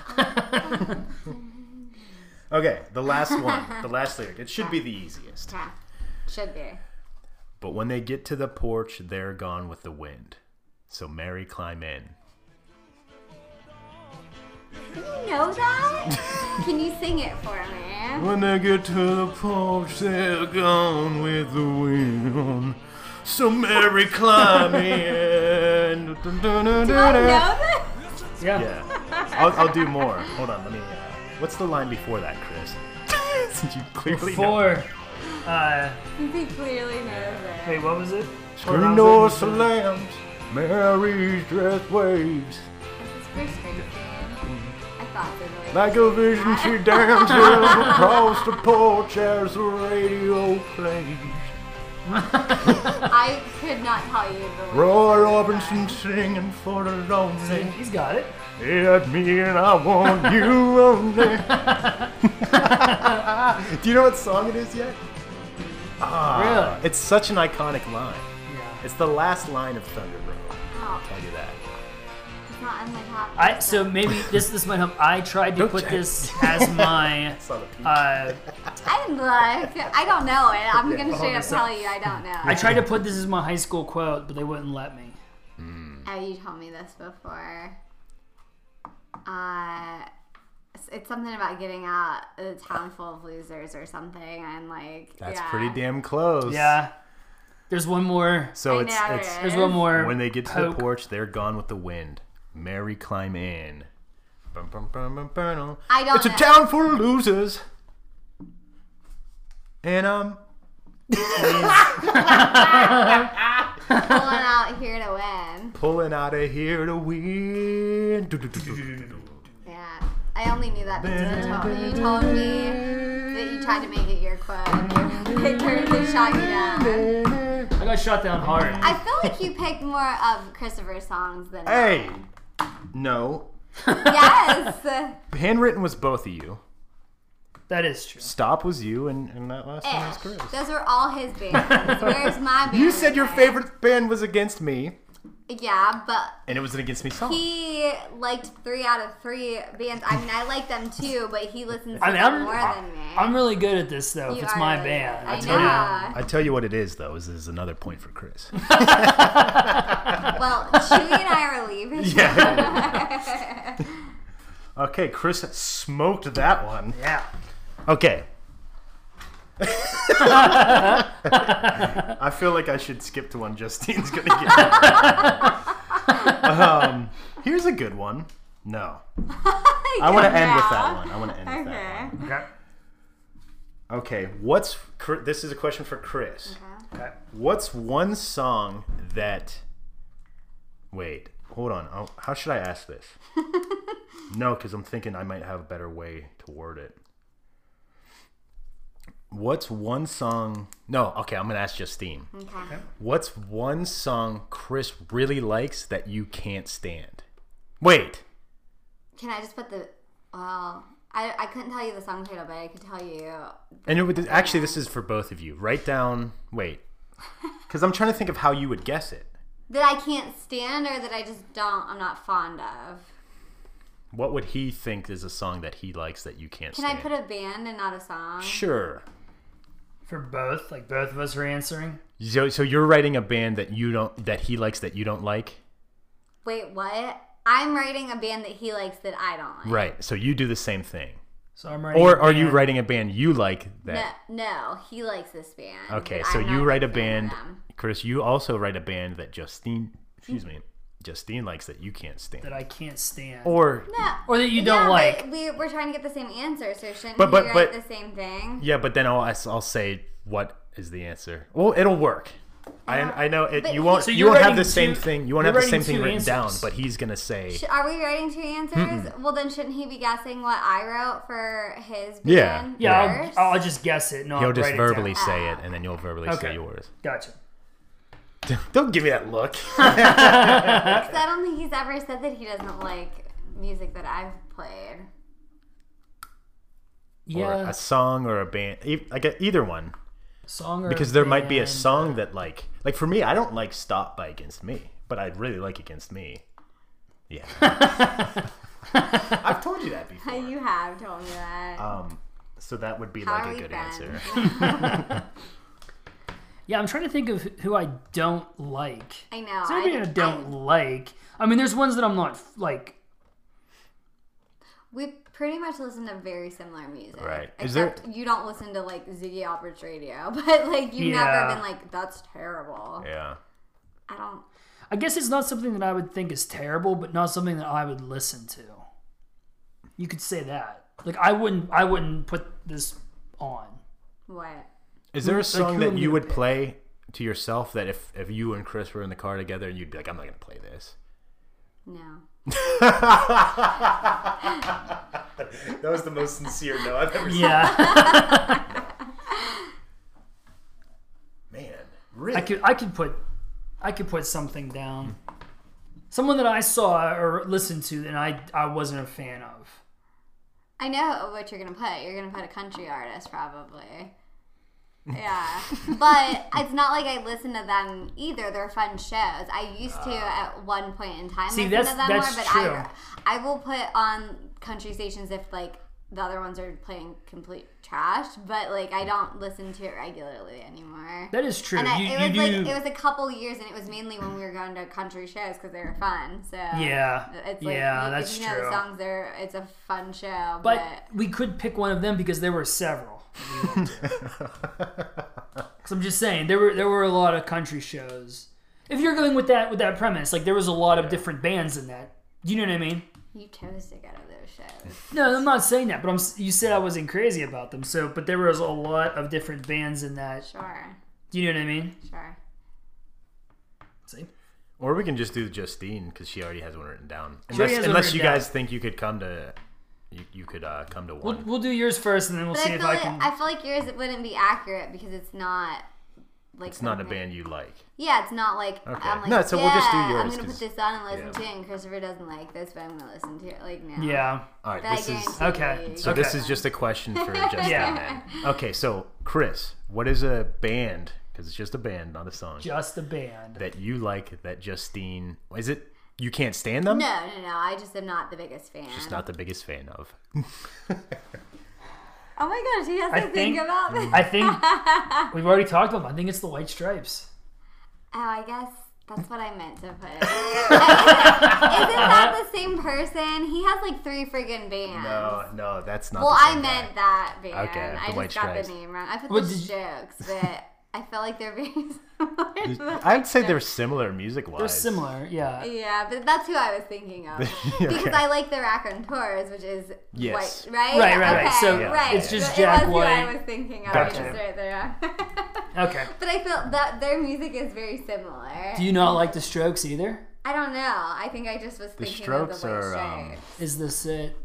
Speaker 2: okay, the last one, the last lyric. It should be the easiest.
Speaker 3: Okay. Should be.
Speaker 2: But when they get to the porch, they're gone with the wind. So Mary climb in.
Speaker 3: You know that? Can you sing it for me?
Speaker 2: When they get to the porch, they're gone with the wind. So Mary climb in.
Speaker 3: Do I know Oh, that?
Speaker 1: Yeah.
Speaker 2: Yeah. I'll, I'll do more. Hold on, let me. Uh, what's the line before that, Chris? Since you clearly know.
Speaker 1: Before, uh,
Speaker 3: He clearly knows it.
Speaker 1: wait, what was it?
Speaker 2: Screen door slams, Mary's dress waves.
Speaker 3: This is Bruce Springsteen.
Speaker 2: Mm-hmm.
Speaker 3: I thought they really
Speaker 2: Like a vision, she dances across the porch as the radio plays.
Speaker 3: I could not tell you the
Speaker 2: Roy Orbison singing for the lonely.
Speaker 1: He's got it.
Speaker 2: Hit me and I want you only. Do you know what song it is yet? Ah,
Speaker 1: Really?
Speaker 2: It's such an iconic line.
Speaker 1: Yeah.
Speaker 2: It's the last line of Thunder Road.
Speaker 3: Oh,
Speaker 2: I'll tell you that.
Speaker 3: it's not in my top.
Speaker 1: I so maybe this this might help. I tried to
Speaker 2: Don't
Speaker 1: put
Speaker 2: check.
Speaker 1: this as my
Speaker 2: It's not a peach.
Speaker 1: uh,
Speaker 3: I didn't look. I don't know it. I'm gonna straight up
Speaker 1: this
Speaker 3: tell you I don't know.
Speaker 1: I tried to put this as my high school quote, but they wouldn't let me.
Speaker 3: Oh, you told me this before. Uh, it's, it's something about getting out a town full of losers or something, and like
Speaker 2: That's
Speaker 3: yeah.
Speaker 2: pretty damn close.
Speaker 1: Yeah. There's one more.
Speaker 2: So
Speaker 3: I
Speaker 2: it's
Speaker 3: know
Speaker 2: it's
Speaker 3: it.
Speaker 1: There's one more.
Speaker 2: when they get to
Speaker 1: poke.
Speaker 2: the porch, they're gone with the wind. Mary climb in. Bum, bum, bum, bum, bum.
Speaker 3: I don't
Speaker 2: It's a
Speaker 3: know.
Speaker 2: town full of losers. And um,
Speaker 3: Pulling out here to win.
Speaker 2: pulling out of here to win. Do, do, do, do, do, do, do.
Speaker 3: Yeah, I only knew that because you told me. You told me that you tried to make it your quote, and you picked her and shot you down.
Speaker 1: I got shot down hard.
Speaker 3: I feel like you picked more of Christopher's songs than
Speaker 2: Hey, no.
Speaker 3: yes.
Speaker 2: Handwritten was both of you.
Speaker 1: That is true.
Speaker 2: Stop was you, and, and that last one was
Speaker 3: Ish.
Speaker 2: Chris.
Speaker 3: Those were all his bands. Where's my band?
Speaker 2: You said your favorite band was Against Me,
Speaker 3: Yeah, but
Speaker 2: and it was an Against Me song.
Speaker 3: he liked three out of three bands. I mean, I like them too, but he listens to
Speaker 1: I mean,
Speaker 3: them
Speaker 1: I'm-
Speaker 3: more than me.
Speaker 1: I'm really good at this though.
Speaker 3: You
Speaker 1: if it's
Speaker 3: are
Speaker 1: my
Speaker 3: really
Speaker 1: band,
Speaker 3: good.
Speaker 1: It's
Speaker 3: I know.
Speaker 1: my-
Speaker 2: Oh, I tell you what it is, though, is this is another point for Chris.
Speaker 3: Well, Chewy and I are leaving.
Speaker 2: Okay, Chris smoked that one.
Speaker 1: Yeah.
Speaker 2: Okay. I feel like I should skip to one Justine's gonna get. um, here's a good one. No, I want to end with that one. I want to end with that
Speaker 3: Okay.
Speaker 2: one.
Speaker 1: Okay.
Speaker 2: Okay, what's Chri- this is a question for Chris.
Speaker 1: Okay.
Speaker 2: What's one song that? Wait, hold on. Oh, How should I ask this? no, because I'm thinking I might have a better way to word it. What's one song? No, okay, I'm gonna ask Justine.
Speaker 3: Okay.
Speaker 2: What's one song Chris really likes that you can't stand? Wait,
Speaker 3: Can I just put the? Well, I, I couldn't tell you the song title, but I could tell you.
Speaker 2: and it would, actually, this is for both of you. Write down. Wait, because I'm trying to think of how you would guess it.
Speaker 3: That I can't stand, or that I just don't, I'm not fond of.
Speaker 2: What would he think is a song that he likes that you can't
Speaker 3: Can I
Speaker 2: stand?
Speaker 3: put a band and not a song?
Speaker 2: Sure.
Speaker 1: For both, like both of us are answering.
Speaker 2: So, so you're writing a band that you don't that he likes that you don't like,
Speaker 3: Wait, what? I'm writing a band that he likes that I don't like.
Speaker 2: right? So you do the same thing.
Speaker 1: So I'm writing.
Speaker 2: Or
Speaker 1: a
Speaker 2: are you
Speaker 1: band.
Speaker 2: writing a band you like
Speaker 3: No,
Speaker 2: that?
Speaker 3: no, he likes this band.
Speaker 2: okay,
Speaker 3: but
Speaker 2: so
Speaker 3: I'm
Speaker 2: you
Speaker 3: not
Speaker 2: write a
Speaker 3: fan
Speaker 2: band,
Speaker 3: of them.
Speaker 2: Chris. You also write a band that Justine, excuse me, Justine likes that you can't stand.
Speaker 1: that I can't stand?
Speaker 2: Or
Speaker 3: No.
Speaker 1: Or that you
Speaker 3: Yeah,
Speaker 1: don't
Speaker 3: but
Speaker 1: like.
Speaker 3: We, we're trying to get the same answer, so shouldn't
Speaker 2: But- but-
Speaker 3: we
Speaker 2: but-
Speaker 3: write the same thing?
Speaker 2: yeah, but then I'll I'll say what is the answer. Well, it'll work. I, I know it,
Speaker 3: But
Speaker 2: you won't
Speaker 1: So
Speaker 2: you
Speaker 1: you're
Speaker 2: won't have the
Speaker 1: writing
Speaker 2: same
Speaker 1: two-
Speaker 2: thing you won't
Speaker 1: you're
Speaker 2: have the
Speaker 1: writing
Speaker 2: same thing
Speaker 1: two
Speaker 2: written down,
Speaker 1: answers.
Speaker 2: but he's gonna say
Speaker 3: Sh- Are we writing two answers? Well, then shouldn't he be guessing what I wrote for his band?
Speaker 2: Yeah.
Speaker 1: yeah,
Speaker 3: first?
Speaker 1: I'll, I'll just guess it. No,
Speaker 2: he'll
Speaker 1: I'll
Speaker 2: just
Speaker 1: write
Speaker 2: verbally
Speaker 1: It
Speaker 2: say it, and then you'll verbally say
Speaker 1: Okay.
Speaker 2: yours.
Speaker 1: down. Gotcha.
Speaker 2: Don't give me that look.
Speaker 3: 'Cause I don't think he's ever said that he doesn't like music that I've played.
Speaker 2: Or
Speaker 1: Yeah,
Speaker 2: a song or a band, e- like a, either one.
Speaker 1: song or
Speaker 2: because there might be a
Speaker 1: band.
Speaker 2: song that like like for me i don't like stop by against me but i really like against me yeah i've told you that before
Speaker 3: You have told me that.
Speaker 2: um so that would be
Speaker 3: How
Speaker 2: like a
Speaker 3: are we
Speaker 2: good
Speaker 3: friends?
Speaker 2: answer
Speaker 1: Yeah, I'm trying to think of who I don't like.
Speaker 3: I know.
Speaker 1: Is there
Speaker 3: I,
Speaker 1: anybody I,
Speaker 3: think-
Speaker 1: don't
Speaker 3: I-
Speaker 1: like? I mean, there's ones that I'm not like.
Speaker 3: we pretty much listen to very similar music.
Speaker 2: Right. Is there-
Speaker 3: Except you don't listen to like Ziggy Albert's radio, but like you've
Speaker 1: Yeah.
Speaker 3: never been like, that's terrible.
Speaker 2: yeah
Speaker 3: I don't.
Speaker 1: I guess it's not something that I would think is terrible, but not something that I would listen to. You could say that. Like I wouldn't. I wouldn't put this on.
Speaker 3: What?
Speaker 2: is there a
Speaker 1: Like,
Speaker 2: song
Speaker 1: who
Speaker 2: that
Speaker 1: am
Speaker 2: you
Speaker 1: you
Speaker 2: would
Speaker 1: pick?
Speaker 2: play to yourself that if if you and chris were in the car together and you'd be like i'm not gonna play this
Speaker 3: No.
Speaker 2: that was the most sincere no i've ever
Speaker 1: Yeah,
Speaker 2: man really
Speaker 1: I could. I could put. I could put something down. Someone that I saw or listened to, and I I wasn't a fan of.
Speaker 3: I know what you're gonna put. You're gonna put a country artist, probably. Yeah, but it's not like I listen to them either. They're fun shows. I used to at one point in time
Speaker 1: Ah. See, that's-
Speaker 3: listen to them
Speaker 1: that's
Speaker 3: more, but
Speaker 1: true.
Speaker 3: I I will put on country stations if like the other ones are playing complete trash. But like I don't listen to it regularly anymore.
Speaker 1: That is true.
Speaker 3: and I,
Speaker 1: you,
Speaker 3: it was
Speaker 1: you
Speaker 3: like
Speaker 1: do.
Speaker 3: it was a couple years, and it was mainly when we were going to country shows because they were fun. So
Speaker 1: yeah.
Speaker 3: it's like
Speaker 1: yeah,
Speaker 3: you,
Speaker 1: that's
Speaker 3: if you know
Speaker 1: true.
Speaker 3: the songs. There, it's a fun show,
Speaker 1: but
Speaker 3: but
Speaker 1: we could pick one of them because there were several. Because I'm just saying there were there were a lot of country shows. If you're going with that with that premise, like there was a lot of different bands in that. Do you know what I mean?
Speaker 3: You chose to go to those shows.
Speaker 1: No, I'm not saying that, but I'm. s- You said I wasn't crazy about them, so but there was a lot of different bands in that.
Speaker 3: Sure,
Speaker 1: Do you know what I mean?
Speaker 3: sure.
Speaker 1: See,
Speaker 2: Or we can just do Justine because she already has one written down.
Speaker 1: already
Speaker 2: Unless,
Speaker 1: has one
Speaker 2: unless
Speaker 1: written
Speaker 2: you
Speaker 1: down.
Speaker 2: guys think you could come to, you, you could uh, come to
Speaker 1: we'll,
Speaker 2: one.
Speaker 1: we'll do yours first, and then we'll
Speaker 3: But
Speaker 1: see
Speaker 3: I
Speaker 1: if
Speaker 3: feel
Speaker 1: I
Speaker 3: like
Speaker 1: can.
Speaker 3: I feel like yours wouldn't be accurate because it's not like
Speaker 2: it's not a band you like.
Speaker 3: Yeah, it's not like
Speaker 2: Okay.
Speaker 3: I'm like
Speaker 2: No, so we'll just do
Speaker 3: "Yeah, I'm
Speaker 2: yours
Speaker 3: gonna
Speaker 2: 'cause-
Speaker 3: put this on and listen
Speaker 2: yeah.
Speaker 3: to it. And Christopher doesn't like this, but I'm gonna listen to it. Like now.
Speaker 1: yeah.
Speaker 2: All right,
Speaker 3: But
Speaker 2: this
Speaker 3: I
Speaker 2: is
Speaker 3: guarantee
Speaker 1: Okay.
Speaker 3: you-
Speaker 2: so. This
Speaker 1: Okay.
Speaker 2: is just a question for Justine.
Speaker 1: Yeah.
Speaker 2: then. Okay, so Chris, what is a band? Because it's just a band, not a song.
Speaker 1: Just a band.
Speaker 2: that you like that Justine is it? You can't stand them.
Speaker 3: No, no, no. I just am not the biggest fan.
Speaker 2: Just not the biggest fan of.
Speaker 3: Oh my gosh, he has
Speaker 1: I
Speaker 3: to think,
Speaker 1: think-
Speaker 3: about this.
Speaker 1: I think we've already talked about. Them. I think it's the White Stripes.
Speaker 3: Oh, I guess that's what I meant to put. Isn't that the same person? He has like three friggin' bands.
Speaker 2: No, no, that's not.
Speaker 3: Well,
Speaker 2: the
Speaker 3: I
Speaker 2: same guy.
Speaker 3: meant that band.
Speaker 2: Okay, the
Speaker 3: I just
Speaker 2: White
Speaker 3: got
Speaker 2: Stripes.
Speaker 3: the name wrong. I put
Speaker 1: What
Speaker 3: those
Speaker 1: did you-
Speaker 3: jokes, but I felt like they're very similar. to the
Speaker 2: I'd
Speaker 3: White
Speaker 2: say they're
Speaker 3: Stripes.
Speaker 2: similar music wise.
Speaker 1: They're similar. Yeah.
Speaker 3: Yeah, but that's who I was thinking of because
Speaker 2: Okay.
Speaker 3: I like the raconteurs, which is
Speaker 2: Yes.
Speaker 3: white, right?
Speaker 1: Right, right, right.
Speaker 3: okay,
Speaker 1: So,
Speaker 2: Yeah.
Speaker 3: right.
Speaker 2: it's
Speaker 1: just
Speaker 3: So it was
Speaker 1: Jack
Speaker 3: who I
Speaker 1: White.
Speaker 3: was thinking of.
Speaker 1: Gotcha.
Speaker 3: I just right there.
Speaker 1: Okay.
Speaker 3: But I felt that their music is very similar.
Speaker 1: Do you not like the Strokes either?
Speaker 3: I don't know. I think I just was
Speaker 2: The
Speaker 3: thinking
Speaker 2: Strokes
Speaker 3: of the White
Speaker 2: are, um,
Speaker 3: Stripes.
Speaker 1: Is this it?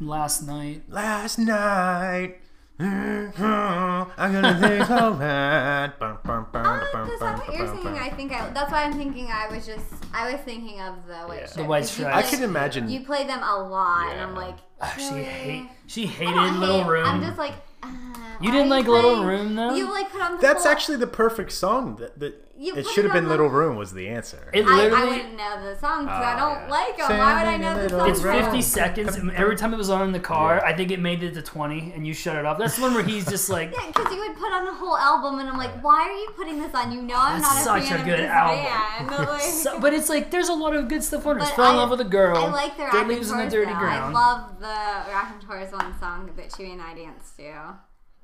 Speaker 1: Last night.
Speaker 2: Last night. Mm-hmm. I'm gonna think all that. Bum, bum, bum,
Speaker 3: Uh,
Speaker 2: bum,
Speaker 3: the
Speaker 2: bum,
Speaker 3: song that you're
Speaker 2: bum, bum.
Speaker 3: singing, I think I. That's why I'm thinking I was just. I was thinking of the white
Speaker 2: Yeah.
Speaker 3: yeah.
Speaker 2: The
Speaker 1: White
Speaker 2: I
Speaker 1: Stripes.
Speaker 2: could imagine.
Speaker 3: You play them a lot, and I'm
Speaker 2: Yeah.
Speaker 3: like.
Speaker 1: She
Speaker 3: really?
Speaker 1: hate. She
Speaker 3: Oh, I
Speaker 1: hated
Speaker 3: don't
Speaker 1: Little
Speaker 3: hate-
Speaker 1: Room.
Speaker 3: I'm just like. Uh,
Speaker 1: You
Speaker 3: why
Speaker 1: didn't
Speaker 3: are
Speaker 1: like Little
Speaker 3: putting-
Speaker 1: Room, though?
Speaker 3: You like put on. The
Speaker 2: That's
Speaker 3: whole-
Speaker 2: actually the perfect song that, that
Speaker 3: you
Speaker 2: It
Speaker 3: put
Speaker 2: should have
Speaker 3: on
Speaker 2: been
Speaker 3: the-
Speaker 2: Little Room was the answer.
Speaker 1: It
Speaker 3: I, I
Speaker 1: literally-
Speaker 3: wouldn't know the song because I
Speaker 2: Ah,
Speaker 3: don't
Speaker 2: yeah.
Speaker 3: 'em. like them. Why would I know the
Speaker 2: Singing
Speaker 3: song?
Speaker 2: in
Speaker 1: It's
Speaker 2: the
Speaker 3: from?
Speaker 1: 50 seconds, and every time it was on in the car, I think it made it to 20, and you shut it off. That's the one where he's just like,
Speaker 3: Yeah, because you would put on the whole album, and I'm like, why are you putting this on? You know, I'm
Speaker 1: That's
Speaker 3: not a
Speaker 1: such
Speaker 3: fan
Speaker 1: a
Speaker 3: of
Speaker 1: good
Speaker 3: this
Speaker 1: album.
Speaker 3: band. Like,
Speaker 1: so, but it's like, there's a lot of good stuff on it.
Speaker 3: but
Speaker 1: Fell in
Speaker 3: I-
Speaker 1: love with a girl.
Speaker 3: I like their
Speaker 1: Dead leaves on the dirty
Speaker 3: though.
Speaker 1: ground.
Speaker 3: I love the Rock and Tours one song that Chewy and I danced to.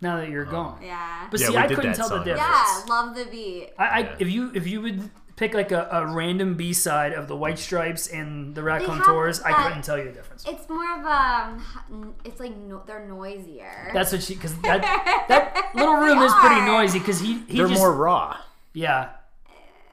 Speaker 1: now that you're gone.
Speaker 3: Yeah.
Speaker 1: But
Speaker 2: Yeah,
Speaker 1: see,
Speaker 2: we
Speaker 1: I
Speaker 2: did
Speaker 1: couldn't
Speaker 2: that
Speaker 1: tell the
Speaker 2: song. Yeah.
Speaker 1: difference.
Speaker 3: yeah, love the beat.
Speaker 1: I, I
Speaker 2: Yeah.
Speaker 1: if you if you would pick like a, a random B side of the White Stripes and the
Speaker 3: They
Speaker 1: Raccoon
Speaker 3: have
Speaker 1: Tours, I
Speaker 3: that-
Speaker 1: couldn't tell you the difference.
Speaker 3: It's more of a. It's like no, they're noisier.
Speaker 1: That's what she because that that little room is pretty
Speaker 3: are.
Speaker 1: noisy because he he
Speaker 2: They're
Speaker 1: just
Speaker 2: more raw,
Speaker 1: yeah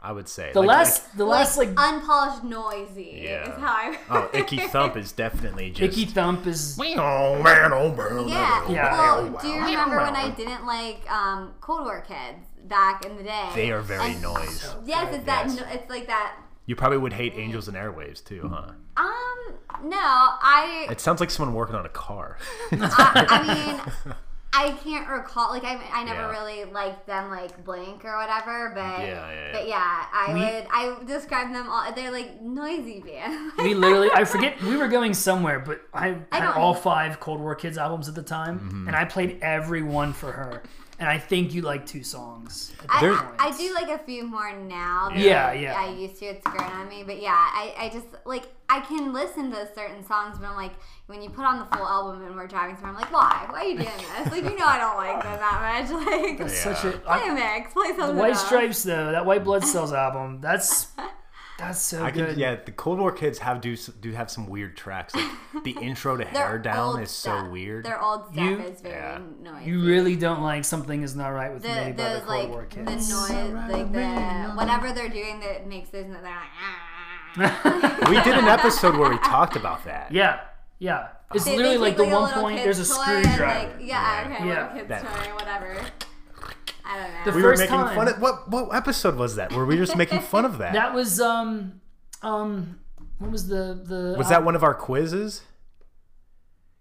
Speaker 2: I would say.
Speaker 1: the
Speaker 2: Like-
Speaker 1: last the
Speaker 3: like,
Speaker 1: last like
Speaker 3: unpolished noisy.
Speaker 2: Yeah.
Speaker 3: Is how I.
Speaker 2: like- oh, Icky Thump is definitely just.
Speaker 1: Icky Thump is
Speaker 2: Oh, man, oh, man.
Speaker 3: Yeah.
Speaker 1: Yeah.
Speaker 3: Well,
Speaker 2: Oh,
Speaker 3: do you remember when I didn't like um, Cold War Kids back in the day?
Speaker 2: They are very
Speaker 3: And-
Speaker 2: noise.
Speaker 3: Yes, it's that.
Speaker 2: Yes.
Speaker 3: No, it's like that.
Speaker 2: You probably would hate Angels and Airwaves too, huh?
Speaker 3: Um, no, I,
Speaker 2: It sounds like someone working on a car.
Speaker 3: I, I mean, I can't recall. Like, I, I never
Speaker 2: Yeah.
Speaker 3: really liked them, like Blink or whatever. But
Speaker 2: Yeah, yeah, yeah.
Speaker 3: but yeah, I would. I describe them all. They're like noisy band.
Speaker 1: we literally I forget we were going somewhere, but I
Speaker 3: I
Speaker 1: had
Speaker 3: don't-
Speaker 1: all five Cold War Kids albums at the time,
Speaker 2: Mm-hmm.
Speaker 1: and I played every one for her. And I think you like two songs. at that
Speaker 3: I,
Speaker 2: They're-
Speaker 1: point.
Speaker 3: I, I do like a few more now. than
Speaker 1: Yeah, yeah.
Speaker 3: I used to. It's grown on me, but yeah, I, I just like I can listen to certain songs, but I'm like when you put on the full album and we're driving somewhere, I'm like, why? Why are you doing this? Like you know, I don't like them that much. Like play
Speaker 1: such a
Speaker 3: a
Speaker 1: I,
Speaker 3: mix, play something.
Speaker 1: White
Speaker 3: else.
Speaker 1: Stripes though that White Blood Cells album that's that's so
Speaker 2: I
Speaker 1: good.
Speaker 2: could, yeah, the Cold War kids have do s- do have some weird tracks. Like the intro to
Speaker 3: Their
Speaker 2: Hair Down
Speaker 3: old
Speaker 2: is so
Speaker 3: stuff-
Speaker 2: weird.
Speaker 3: Their old stuff
Speaker 1: You-
Speaker 3: is very
Speaker 2: Yeah.
Speaker 3: noisy.
Speaker 1: You really don't like something is not right with me
Speaker 3: the,
Speaker 1: by the
Speaker 3: those
Speaker 1: Cold
Speaker 3: like
Speaker 1: War
Speaker 3: the
Speaker 1: Kids.
Speaker 3: noise, like the whatever they're doing that makes this, and they're like. "Ah."
Speaker 2: We did an episode where we talked about that.
Speaker 1: yeah, yeah. It's
Speaker 3: They- they
Speaker 1: literally like
Speaker 3: take,
Speaker 1: the
Speaker 3: a
Speaker 1: one
Speaker 3: little
Speaker 1: point
Speaker 3: kid's
Speaker 1: there's a
Speaker 3: toy and,
Speaker 1: screwdriver.
Speaker 3: Like, yeah, okay,
Speaker 1: Yeah.
Speaker 3: little kid's
Speaker 2: That-
Speaker 3: toy, whatever. I don't know.
Speaker 1: The
Speaker 2: We were
Speaker 1: first
Speaker 2: making
Speaker 1: time
Speaker 2: fun of what what episode was that? Were we just making fun of that?
Speaker 1: that was um um what was the the uh,
Speaker 2: was that one of our quizzes?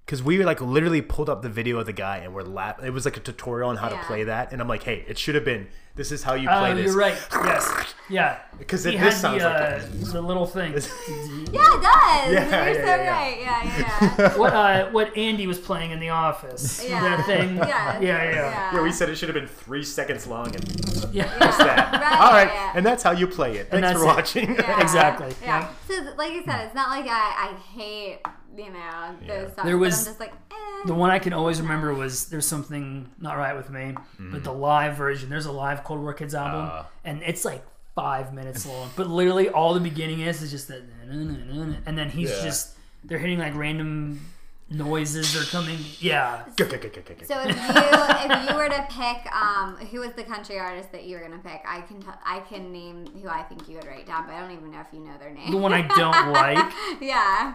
Speaker 2: Because we like literally pulled up the video of the guy and we're laughing. It was like a tutorial on how
Speaker 3: Yeah.
Speaker 2: to play that, and I'm like, hey, it should have been this is how you
Speaker 1: Oh,
Speaker 2: play this.
Speaker 1: you're right. Yes. Yeah.
Speaker 2: Because
Speaker 1: He
Speaker 2: it,
Speaker 1: had
Speaker 2: this sounds
Speaker 1: the,
Speaker 2: like
Speaker 1: uh, the little thing.
Speaker 3: yeah, it does.
Speaker 2: Yeah, yeah,
Speaker 3: You're so
Speaker 2: yeah.
Speaker 3: right. Yeah, yeah.
Speaker 1: what uh what Andy was playing in the office.
Speaker 3: Yeah.
Speaker 1: That thing. Yeah,
Speaker 3: Yeah.
Speaker 1: yeah.
Speaker 2: Yeah, we said it should have been three seconds long and
Speaker 1: Yeah.
Speaker 3: Yeah.
Speaker 2: that.
Speaker 3: Right,
Speaker 2: All right,
Speaker 3: yeah.
Speaker 2: and that's how you play it. Thanks
Speaker 1: that's
Speaker 2: for
Speaker 1: it.
Speaker 2: watching.
Speaker 3: Yeah.
Speaker 1: Exactly,
Speaker 3: Yeah. So, th- like I said, it's not like I, I hate, you know, those songs.
Speaker 1: There was-
Speaker 3: but I'm just like, eh.
Speaker 1: The one I can always remember was "There's Something Not Right with Me," but the live version. There's a live Cold War Kids album,
Speaker 2: Mm. Uh.
Speaker 1: and it's like five minutes long. But literally, all the beginning is is just that, and then he's
Speaker 2: Yeah.
Speaker 1: just they're hitting like random noises. They're coming, yeah.
Speaker 2: Go, go, go, go, go, go.
Speaker 3: So if you if you were to pick um, who was the country artist that you were gonna pick, I can t- I can name who I think you would write down, but I don't even know if you know their name.
Speaker 1: The one I don't like.
Speaker 3: yeah.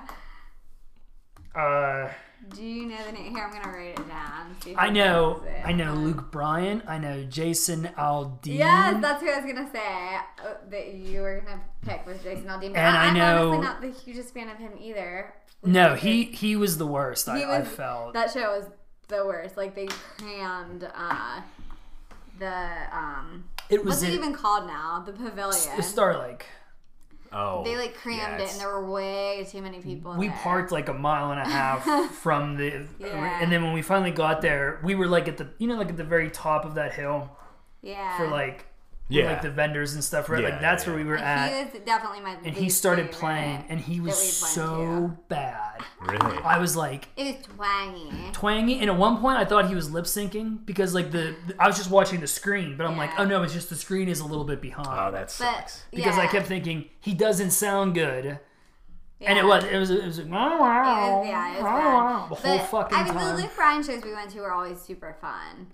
Speaker 1: Uh,
Speaker 3: Do you know the name? Here, I'm gonna write it down. see if
Speaker 1: I know,
Speaker 3: pronounce it.
Speaker 1: I know Luke Bryan. I know Jason Aldean.
Speaker 3: Yes, that's who I was gonna say uh, that you were gonna pick was Jason Aldean. but
Speaker 1: And I
Speaker 3: I'm
Speaker 1: know-
Speaker 3: honestly not the hugest fan of him either.
Speaker 1: no, he he was the worst. I,
Speaker 3: He
Speaker 1: I
Speaker 3: was-
Speaker 1: felt.
Speaker 3: That show was the worst. Like they crammed uh, the um,
Speaker 1: it was
Speaker 3: what's it
Speaker 1: in-
Speaker 3: even called now? The
Speaker 1: it
Speaker 3: Pavilion.
Speaker 1: was Star Lake.
Speaker 2: Oh,
Speaker 3: they like crammed it,
Speaker 2: yes.
Speaker 3: and there were way too many people.
Speaker 1: we
Speaker 3: there.
Speaker 1: parked like a mile and a half from the
Speaker 3: Yeah.
Speaker 1: and then when we finally got there we were like at the you know like at the very top of that hill
Speaker 3: Yeah.
Speaker 1: for like
Speaker 2: yeah.
Speaker 1: like the vendors and stuff right
Speaker 2: Yeah,
Speaker 1: like that's
Speaker 2: yeah,
Speaker 1: where
Speaker 2: yeah.
Speaker 1: we were at
Speaker 3: he was definitely my.
Speaker 1: and he started playing and he was
Speaker 3: we went
Speaker 1: so bad
Speaker 2: really.
Speaker 1: i was like
Speaker 3: It was twangy.
Speaker 1: twangy and at one point i thought he was lip syncing because like the, the- i was just watching the screen but i'm like
Speaker 3: Yeah.
Speaker 1: oh no it's just the screen is a little bit behind
Speaker 2: Oh, that
Speaker 3: But
Speaker 2: sucks.
Speaker 1: because i
Speaker 3: yeah,
Speaker 1: kept thinking he doesn't sound good and it
Speaker 3: yeah.
Speaker 1: was it was it was like, wow wow
Speaker 3: was- yeah, it was
Speaker 1: Oh, wow, wow, the whole
Speaker 3: But,
Speaker 1: fucking
Speaker 3: I mean,
Speaker 1: time
Speaker 3: the Luke Bryan shows we went to were always super fun.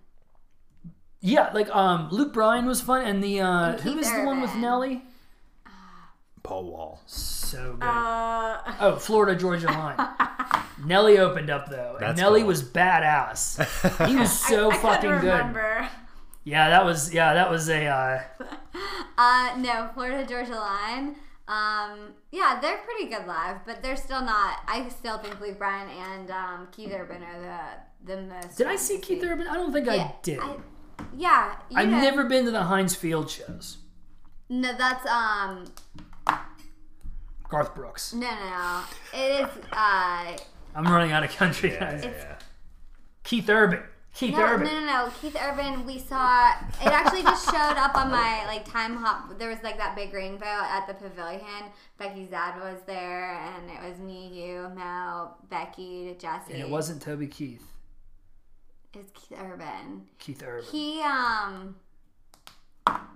Speaker 1: Yeah, like um, Luke Bryan was fun, and the uh, who
Speaker 3: Keith
Speaker 1: was the one with
Speaker 3: Urban.
Speaker 1: Nelly?
Speaker 2: Paul Wall.
Speaker 1: So good.
Speaker 3: Uh,
Speaker 1: oh, Florida Georgia Line. Nelly opened up though, and
Speaker 2: That's
Speaker 1: Nelly
Speaker 2: cool.
Speaker 1: was badass. He was so fucking good. Yeah, that was yeah, that was a uh,
Speaker 3: Uh, no, Florida Georgia Line. Um, yeah, they're pretty good live, but they're still not. I still think Luke Bryan and um, Keith Urban are the the most.
Speaker 1: Did I
Speaker 3: fun
Speaker 1: see
Speaker 3: to
Speaker 1: Keith Urban? I don't think I
Speaker 3: Yeah,
Speaker 1: did.
Speaker 3: I- yeah, you
Speaker 1: I've
Speaker 3: know,
Speaker 1: never been to the Heinz Field shows.
Speaker 3: No, that's um.
Speaker 1: Garth Brooks.
Speaker 3: No, no, it is. Uh,
Speaker 1: I'm running out of country, guys.
Speaker 2: yeah.
Speaker 1: Keith Urban. Keith
Speaker 3: no,
Speaker 1: Urban.
Speaker 3: no, no, no. Keith Urban. We saw it. Actually, just showed up on my like time hop. There was like that big rainbow at the pavilion. Becky's dad was there, and it was me, you, Mel, Becky, Jesse.
Speaker 1: And it wasn't Toby Keith.
Speaker 3: It's Keith Urban.
Speaker 1: Keith Urban.
Speaker 3: He um.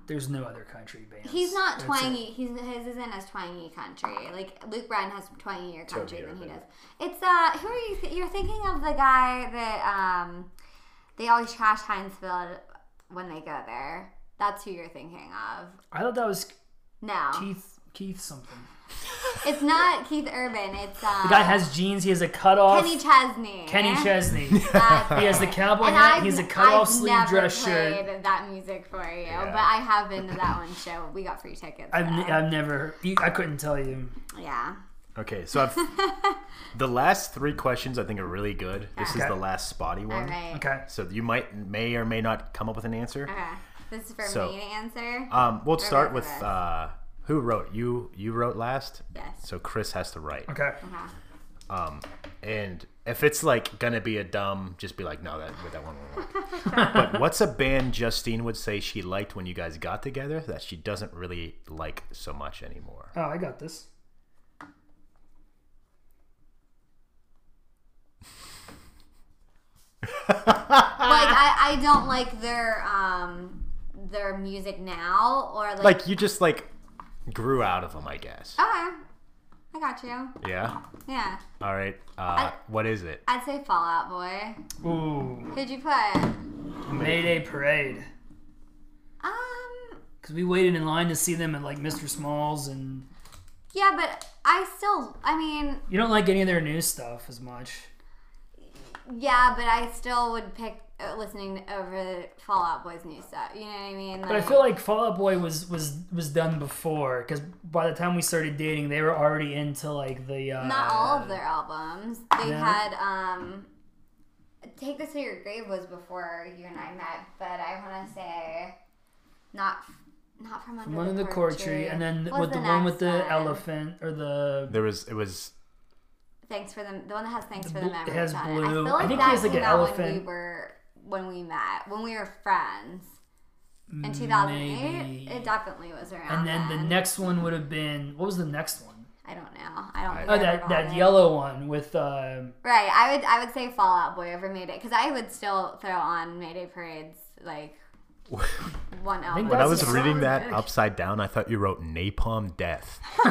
Speaker 1: There's no other country bands.
Speaker 3: He's not
Speaker 1: That's it.
Speaker 3: twangy. He's his isn't as twangy country. Like Luke Bryan has twangier country than he
Speaker 2: Urban.
Speaker 3: does. It's uh, who are you? Th- you're thinking of the guy that um, they always trash Hinesville when they go there. That's who you're thinking of.
Speaker 1: I thought that was
Speaker 3: No,
Speaker 1: Keith Keith something.
Speaker 3: it's not Keith Urban. It's um,
Speaker 1: The guy has jeans. He has a cutoff.
Speaker 3: Kenny Chesney.
Speaker 1: Kenny Chesney.
Speaker 3: That's
Speaker 1: he has the
Speaker 3: it.
Speaker 1: cowboy
Speaker 3: And
Speaker 1: hat.
Speaker 3: I've-
Speaker 1: He has a cutoff
Speaker 3: I've
Speaker 1: sleeve
Speaker 3: never
Speaker 1: dress
Speaker 3: played
Speaker 1: shirt.
Speaker 3: That music for you, but I have been to that one show. We got free tickets.
Speaker 1: I've, ne-
Speaker 3: so,
Speaker 1: I've never. you- I couldn't tell you.
Speaker 3: yeah.
Speaker 2: Okay, so I've the last three questions I think are really good. This is
Speaker 1: Okay.
Speaker 2: the last spotty
Speaker 3: All
Speaker 2: one.
Speaker 3: right.
Speaker 1: Okay.
Speaker 2: So you might may or may not come up with an answer.
Speaker 3: Okay. This is for
Speaker 2: So-
Speaker 3: me to answer.
Speaker 2: Um, we'll start
Speaker 3: back
Speaker 2: with
Speaker 3: to this.
Speaker 2: uh, who wrote you. You wrote last,
Speaker 3: yes.
Speaker 2: so Chris has to write.
Speaker 1: Okay.
Speaker 3: Okay.
Speaker 2: And if it's like gonna be a dumb, just be like, no, that that one won't work. but what's a band Justine would say she liked when you guys got together that she doesn't really like so much anymore?
Speaker 1: Oh, I got this. Uh,
Speaker 3: Like I, I don't like their um their music now or like,
Speaker 2: Like you just like grew out of them, I guess.
Speaker 3: okay. I got you.
Speaker 2: Yeah.
Speaker 3: Yeah.
Speaker 2: All right. Uh, what is it?
Speaker 3: I'd say Fallout Boy.
Speaker 1: Ooh,
Speaker 3: Who'd you put? Um
Speaker 1: Mayday Parade.
Speaker 3: Um,
Speaker 1: Because we waited in line to see them at like Mr. Smalls, and
Speaker 3: yeah, but I still I mean,
Speaker 1: you don't like any of their new stuff as much.
Speaker 3: yeah, but I still would pick uh, listening over Fallout Boy's new stuff. You know what I mean? Like,
Speaker 1: But I feel like Fall Out Boy was was was done before. Because by the time we started dating, they were already into like the. Uh,
Speaker 3: not all of their albums. They
Speaker 1: No.
Speaker 3: had um Take This to Your Grave was before you and I met, but I want to say not f- not from under,
Speaker 1: One of the
Speaker 3: Cork
Speaker 1: cord tree, and then
Speaker 3: was
Speaker 1: with the, one with
Speaker 3: next
Speaker 1: the
Speaker 3: one.
Speaker 1: elephant or the.
Speaker 2: There was it was
Speaker 3: Thanks for the the one that has Thanks for
Speaker 1: bl-
Speaker 3: the
Speaker 1: it
Speaker 3: memory.
Speaker 1: has
Speaker 3: on It. I,
Speaker 1: blue.
Speaker 3: feel like
Speaker 1: I think
Speaker 3: that
Speaker 1: he has, like,
Speaker 3: came
Speaker 1: an
Speaker 3: out when
Speaker 1: elephant.
Speaker 3: we were when we met when we were friends in 2008.
Speaker 1: Maybe.
Speaker 3: It definitely was
Speaker 1: And
Speaker 3: around.
Speaker 1: then the next one would have been what was the next one?
Speaker 3: I don't know. I don't. think I
Speaker 1: Oh, that
Speaker 3: recall
Speaker 1: that
Speaker 3: it.
Speaker 1: yellow one with. Uh,
Speaker 3: Right, I would I would say Fallout Boy over Mayday because I would still throw on Mayday Parade's like one album.
Speaker 2: When I
Speaker 1: That's
Speaker 2: was
Speaker 1: a
Speaker 2: reading
Speaker 1: solid
Speaker 2: that
Speaker 1: pick.
Speaker 2: upside down, I thought you wrote Napalm Death.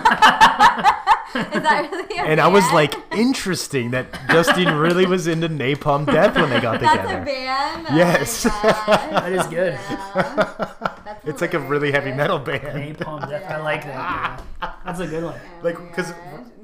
Speaker 3: Is that really? a
Speaker 2: And I was
Speaker 3: band?
Speaker 2: like, interesting that Justine really was into Napalm Death when they got
Speaker 3: that's a
Speaker 2: together.
Speaker 3: band.
Speaker 2: Yes.
Speaker 3: oh my
Speaker 1: that is good.
Speaker 3: gosh. That's
Speaker 2: It's like a really heavy
Speaker 3: hilarious.
Speaker 2: metal band.
Speaker 1: Napalm Death. I like that. Yeah. That's a good one.
Speaker 3: Oh
Speaker 2: Like, because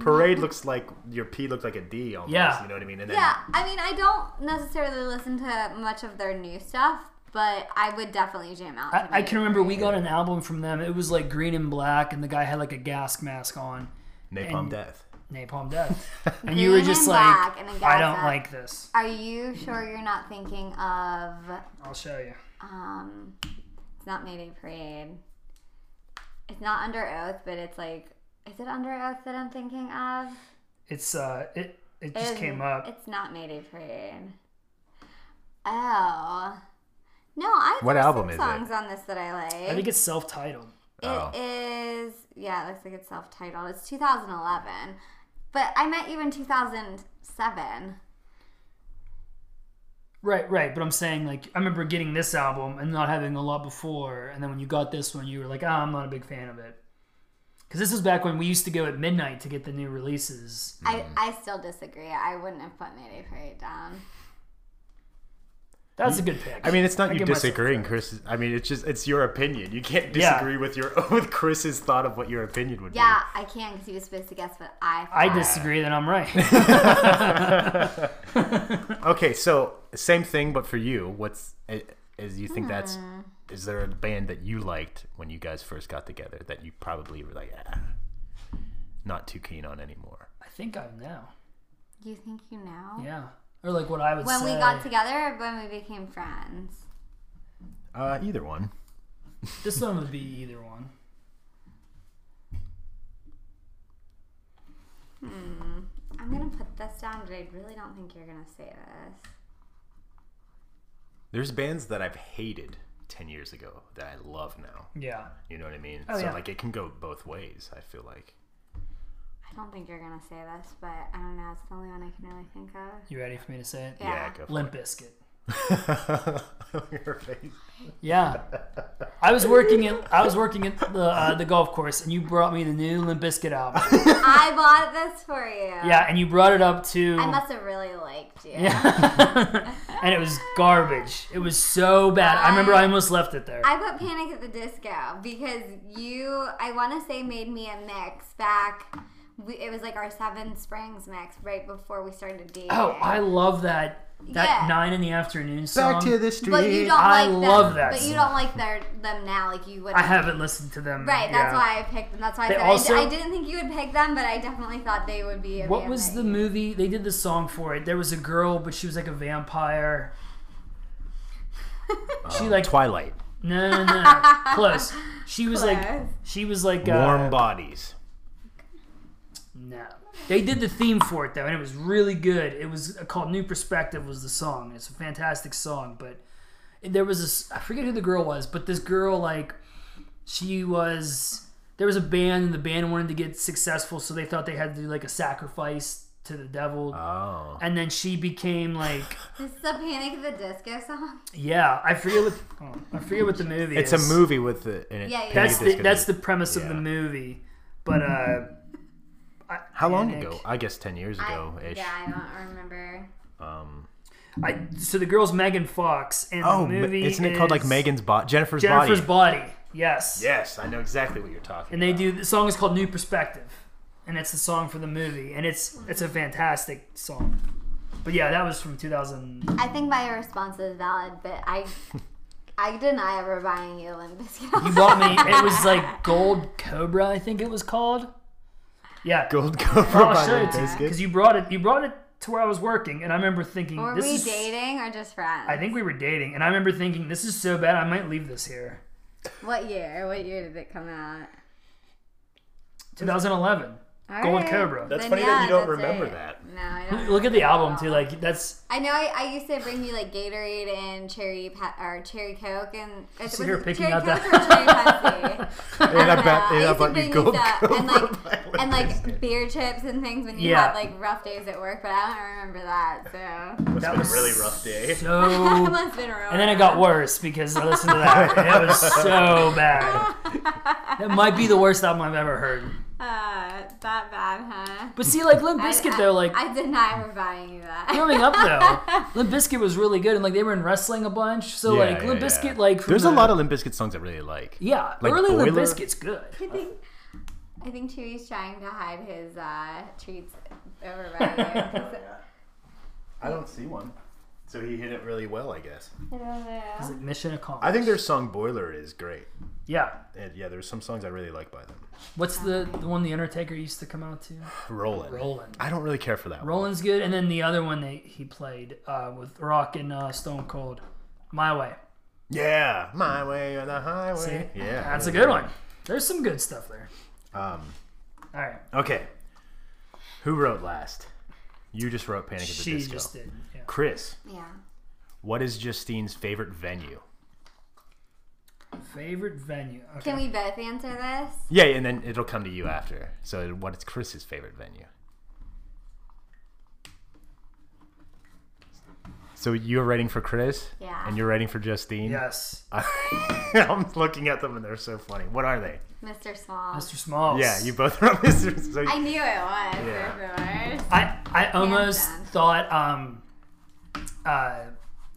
Speaker 2: Parade looks like your P looked like a D almost.
Speaker 1: Yeah.
Speaker 2: You know what I mean? And then,
Speaker 3: Yeah, I mean, I don't necessarily listen to much of their new stuff, but I would definitely jam out. to
Speaker 1: I, I
Speaker 3: Mayday
Speaker 1: can remember we got an album from them. It was like green and black, and the guy had like a gas mask on.
Speaker 2: Napalm
Speaker 1: And-
Speaker 2: Death.
Speaker 1: Napalm Death. And
Speaker 3: Parade.
Speaker 1: you were
Speaker 3: Green
Speaker 1: just
Speaker 3: and
Speaker 1: like,
Speaker 3: black and a
Speaker 1: I don't
Speaker 3: Gaza.
Speaker 1: like this.
Speaker 3: Are you sure you're not thinking of?
Speaker 1: I'll show you.
Speaker 3: Um, it's not Mayday Parade. It's not Under Oath, but it's like, is it Under Oath that I'm thinking of?
Speaker 1: It's uh, it it
Speaker 3: It
Speaker 1: just
Speaker 3: is-
Speaker 1: came up.
Speaker 3: It's not Mayday Parade. Oh. No, I
Speaker 2: What
Speaker 3: there's
Speaker 2: album
Speaker 3: some
Speaker 2: is it?
Speaker 3: songs on this that I like.
Speaker 1: I think it's self-titled.
Speaker 3: It
Speaker 2: Oh.
Speaker 3: is- yeah, it looks like it's self titled. It's 2011. But I met you in 2007.
Speaker 1: Right, right. But I'm saying like I remember getting this album and not having a lot before, and then when you got this one, you were like, oh, I'm not a big fan of it. Because this was back when we used to go at midnight to get the new releases.
Speaker 3: I,
Speaker 2: Mm.
Speaker 3: I still disagree. I wouldn't have put Mayday Parade down.
Speaker 2: Mm.
Speaker 1: That's a good pick.
Speaker 2: I mean, it's not
Speaker 1: I
Speaker 2: you
Speaker 1: give myself
Speaker 2: disagreeing, Chris. I mean, it's just it's your opinion. You can't
Speaker 1: Yeah.
Speaker 2: disagree with your with Chris's thought of what your opinion would
Speaker 3: Yeah, I can because he was supposed to guess what I thought.
Speaker 1: I disagree that I'm right.
Speaker 2: be. Okay, so same thing, but for you, what's i- is you think that's
Speaker 3: Hmm.
Speaker 2: is there a band that you liked when you guys first got together that you probably were like, ah, not too keen on anymore?
Speaker 1: I think I know.
Speaker 3: You think you know?
Speaker 1: Yeah. Or like what I would
Speaker 3: When
Speaker 1: say.
Speaker 3: we got together, or when we became friends.
Speaker 2: Uh, either one.
Speaker 1: This one would be either one.
Speaker 3: Hmm. I'm gonna put this down, but I really don't think you're gonna say this.
Speaker 2: There's bands that I've hated 10 years ago that I love now.
Speaker 1: Yeah.
Speaker 2: You know what I mean?
Speaker 1: Oh,
Speaker 2: so
Speaker 1: yeah.
Speaker 2: like it can go both ways, I feel like.
Speaker 3: I don't think you're gonna say this, but I don't know. It's the only one I can really think of.
Speaker 1: You ready for me to say it?
Speaker 3: Yeah.
Speaker 2: Yeah, go for
Speaker 1: Limp Biscuit.
Speaker 2: it. Your face.
Speaker 1: Yeah. I was working at I was working at the uh, the golf course, and you brought me the new Limp Biscuit album.
Speaker 3: I bought this for you.
Speaker 1: Yeah, and you brought it up to
Speaker 3: I must have really liked you.
Speaker 1: yeah, and it was garbage. It was so bad. I remember I almost left it there.
Speaker 3: I put Panic at the Disco because you, I want to say, made me a mix back. We, it was like our Seven Springs mix right before we started dating.
Speaker 1: Oh, I love that that
Speaker 3: Yeah.
Speaker 1: nine in the afternoon song.
Speaker 2: Back to the street.
Speaker 3: But you don't
Speaker 1: I
Speaker 3: like them.
Speaker 1: love that
Speaker 3: But you
Speaker 1: song.
Speaker 3: don't like their them now, like you would.
Speaker 1: I haven't listened to them.
Speaker 3: Right, that's
Speaker 1: yeah.
Speaker 3: why I picked them. That's why I
Speaker 1: They
Speaker 3: said
Speaker 1: also-
Speaker 3: I, d- I didn't think you would pick them, but I definitely thought they would be. A
Speaker 1: What
Speaker 3: band
Speaker 1: was
Speaker 3: that
Speaker 1: the
Speaker 3: you-
Speaker 1: movie? They did the song for it. There was a girl, but she was like a vampire. She like
Speaker 2: Twilight.
Speaker 1: no no no close. She was like
Speaker 3: Close.
Speaker 1: she was like uh,
Speaker 2: Warm bodies.
Speaker 1: No. They did the theme for it though, and it was really good. It was uh, called "New Perspective" was the song. It's a fantastic song, but there was this I forget who the girl was, but this girl like she was there was a band and the band wanted to get successful, so they thought they had to do like a sacrifice to the devil,
Speaker 2: Oh.
Speaker 1: and then she became like
Speaker 3: This is the Panic at the Disco song.
Speaker 1: yeah I forget what oh, I forget what the movie
Speaker 2: It's
Speaker 1: is.
Speaker 2: a movie with the and it
Speaker 3: Yeah, yeah.
Speaker 1: That's
Speaker 2: Panic
Speaker 1: the
Speaker 2: Disco
Speaker 1: that's
Speaker 2: Disco.
Speaker 1: the premise of the
Speaker 2: Yeah.
Speaker 1: movie, but uh. I-
Speaker 2: How long
Speaker 1: Panic.
Speaker 2: ago? I guess 10 years ago
Speaker 3: I,
Speaker 2: ish.
Speaker 3: yeah, I don't remember.
Speaker 2: Um
Speaker 1: I, so the girl's Megan Fox, and
Speaker 2: Oh,
Speaker 1: the movie
Speaker 2: isn't it called like
Speaker 1: is
Speaker 2: Megan's Body? Jennifer's,
Speaker 1: Jennifer's
Speaker 2: Body.
Speaker 1: Body. Yes.
Speaker 2: Yes, I know exactly what you're talking
Speaker 1: And they do the song is called New Perspective, and it's the song for the movie, and it's it's a fantastic song. But yeah, that was from 2000.
Speaker 3: I think my response is valid, but I I deny ever buying you a Limp Bizkit.
Speaker 1: You bought me. It was like Gold Cobra, I think it was called. Yeah. Oh,
Speaker 2: Gold Cobra
Speaker 1: I'll
Speaker 2: by
Speaker 1: show
Speaker 2: Limp
Speaker 1: it to you
Speaker 2: Bizkit.
Speaker 1: because you brought it. You brought it to where I was working, and I remember thinking,
Speaker 3: Were
Speaker 1: "This
Speaker 3: we
Speaker 1: is."
Speaker 3: dating or just friends?
Speaker 1: I think we were dating, and I remember thinking, "This is so bad, I might leave this here."
Speaker 3: What year? What year did it come out?
Speaker 1: 2011.
Speaker 3: All
Speaker 1: Gold
Speaker 3: right.
Speaker 1: Cobra.
Speaker 2: That's
Speaker 3: Then
Speaker 2: funny that
Speaker 3: yeah,
Speaker 2: you don't
Speaker 3: that's
Speaker 2: remember
Speaker 3: right.
Speaker 2: that.
Speaker 3: No, I don't.
Speaker 1: Look at the album too. Like that's
Speaker 3: I know. I, I used to bring you like Gatorade and cherry pa- or cherry Coke and was
Speaker 1: see her
Speaker 3: it
Speaker 1: picking
Speaker 3: cherry
Speaker 1: out
Speaker 3: Coke
Speaker 1: that-
Speaker 3: or cherry Pepsi.
Speaker 2: And I
Speaker 3: Yeah,
Speaker 2: bet and
Speaker 3: used
Speaker 2: I
Speaker 3: to
Speaker 2: bought
Speaker 3: bring
Speaker 2: you Gold
Speaker 3: that,
Speaker 2: Cobra
Speaker 3: and
Speaker 2: by
Speaker 3: like
Speaker 2: Limp
Speaker 3: and
Speaker 2: Bizkit.
Speaker 3: like beer chips and things when you
Speaker 1: Yeah.
Speaker 3: had like rough days at work, but I don't remember that. So
Speaker 2: Must've
Speaker 1: That
Speaker 2: been
Speaker 1: was
Speaker 2: a really rough day.
Speaker 3: that
Speaker 1: so.
Speaker 3: must have been real.
Speaker 1: And then it got worse because I listened to that. and it was so bad. That might be the worst album I've ever heard.
Speaker 3: uh, that bad, huh?
Speaker 1: But see, like Limp
Speaker 3: I-
Speaker 1: Bizkit,
Speaker 3: I-
Speaker 1: though, like
Speaker 3: I deny we're buying you that.
Speaker 1: coming up though, Limp Bizkit was really good, and like they were in wrestling a bunch. So
Speaker 2: Yeah,
Speaker 1: like Limp
Speaker 2: yeah,
Speaker 1: Bizkit,
Speaker 2: yeah.
Speaker 1: like from
Speaker 2: There's a
Speaker 1: the-
Speaker 2: lot of Limp Bizkit songs I really like.
Speaker 1: yeah,
Speaker 2: like,
Speaker 1: early Limp
Speaker 2: Boiler.
Speaker 1: Bizkit's good.
Speaker 3: I think I think Chewie's trying to hide his uh, treats over by you.
Speaker 2: I don't see one. So he hit it really well, I guess.
Speaker 3: I don't
Speaker 1: It's
Speaker 3: know.
Speaker 1: like Mission Accomplished.
Speaker 2: I think their song Boiler is great.
Speaker 1: yeah.
Speaker 2: And yeah, there's some songs I really like by them.
Speaker 1: What's the the one the Undertaker used to come out to?
Speaker 2: Roland.
Speaker 1: Roland.
Speaker 2: I don't really care for that one.
Speaker 1: Roland's good, and then the other one they he played uh, with Rock and uh, Stone Cold, My Way.
Speaker 2: Yeah. My way or the highway.
Speaker 1: See?
Speaker 2: Yeah.
Speaker 1: That's a
Speaker 2: really
Speaker 1: good one. There's some good stuff there.
Speaker 2: Um,
Speaker 1: All right.
Speaker 2: okay. Who wrote last? You just wrote Panic at the
Speaker 1: She
Speaker 2: Disco.
Speaker 1: just did. Yeah.
Speaker 2: Chris,
Speaker 3: Yeah.
Speaker 2: what is Justine's favorite venue?
Speaker 1: Favorite venue. Okay.
Speaker 3: Can we both answer this?
Speaker 2: Yeah, and then it'll come to you after. So, what is Chris's favorite venue? So you're writing for Chris,
Speaker 3: Yeah.
Speaker 2: and you're writing for Justine.
Speaker 1: yes.
Speaker 3: Oh.
Speaker 2: I'm looking at them and they're so funny. What are they?
Speaker 3: Mr. Small.
Speaker 1: Mr. Smalls.
Speaker 2: Yeah, you both wrote Mr. So
Speaker 3: I knew it was.
Speaker 2: Yeah.
Speaker 3: Yeah.
Speaker 1: I I almost
Speaker 3: done.
Speaker 1: thought um uh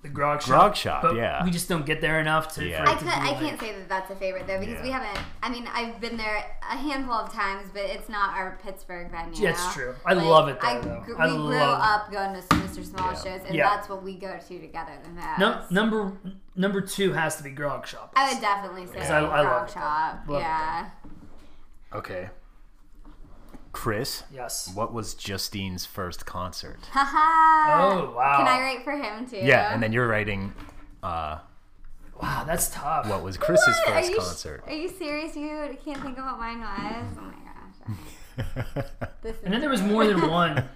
Speaker 1: the grog shop.
Speaker 2: Grog Shop,
Speaker 1: but
Speaker 2: yeah.
Speaker 1: We just don't get there enough to.
Speaker 2: Yeah.
Speaker 1: for it
Speaker 3: I,
Speaker 1: to
Speaker 3: could,
Speaker 1: be
Speaker 3: I
Speaker 1: like-
Speaker 3: can't say that that's a favorite though because we
Speaker 2: Yeah.
Speaker 3: haven't. I mean, I've been there a handful of times, but it's not our Pittsburgh venue.
Speaker 1: Yeah, it's true. I love it there, though.
Speaker 3: gr-
Speaker 1: I
Speaker 3: we grew
Speaker 1: love it.
Speaker 3: up going to Mr. Small
Speaker 2: Yeah.
Speaker 3: shows, and
Speaker 1: Yeah.
Speaker 3: that's what we go to together the most.
Speaker 1: No, number number two has to be grog shop.
Speaker 3: I would definitely say
Speaker 1: I-
Speaker 3: yeah.
Speaker 1: I love it.
Speaker 3: Shop.
Speaker 1: Love it.
Speaker 3: yeah.
Speaker 2: Okay. Chris,
Speaker 1: yes.
Speaker 2: what was Justine's first concert?
Speaker 3: Haha.
Speaker 1: Oh wow.
Speaker 3: Can I write for him too?
Speaker 2: Yeah, and then you're writing uh,
Speaker 1: Wow, that's tough.
Speaker 2: what was Chris's
Speaker 3: What? Are
Speaker 2: first
Speaker 3: you,
Speaker 2: concert?
Speaker 3: Are you serious? You can't think of what mine was. Oh my gosh. This
Speaker 1: And then
Speaker 3: is,
Speaker 1: there was more than one.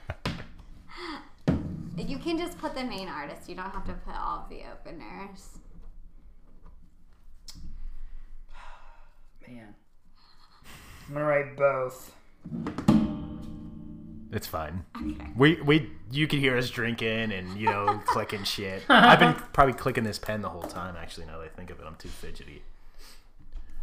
Speaker 3: you can just put the main artist. You don't have to put all of the openers.
Speaker 1: Man. I'm gonna write both.
Speaker 2: It's fine.
Speaker 3: Okay.
Speaker 2: We we you can hear us drinking and you know clicking shit. I've been probably clicking this pen the whole time. Actually, now that I think of it, I'm too fidgety.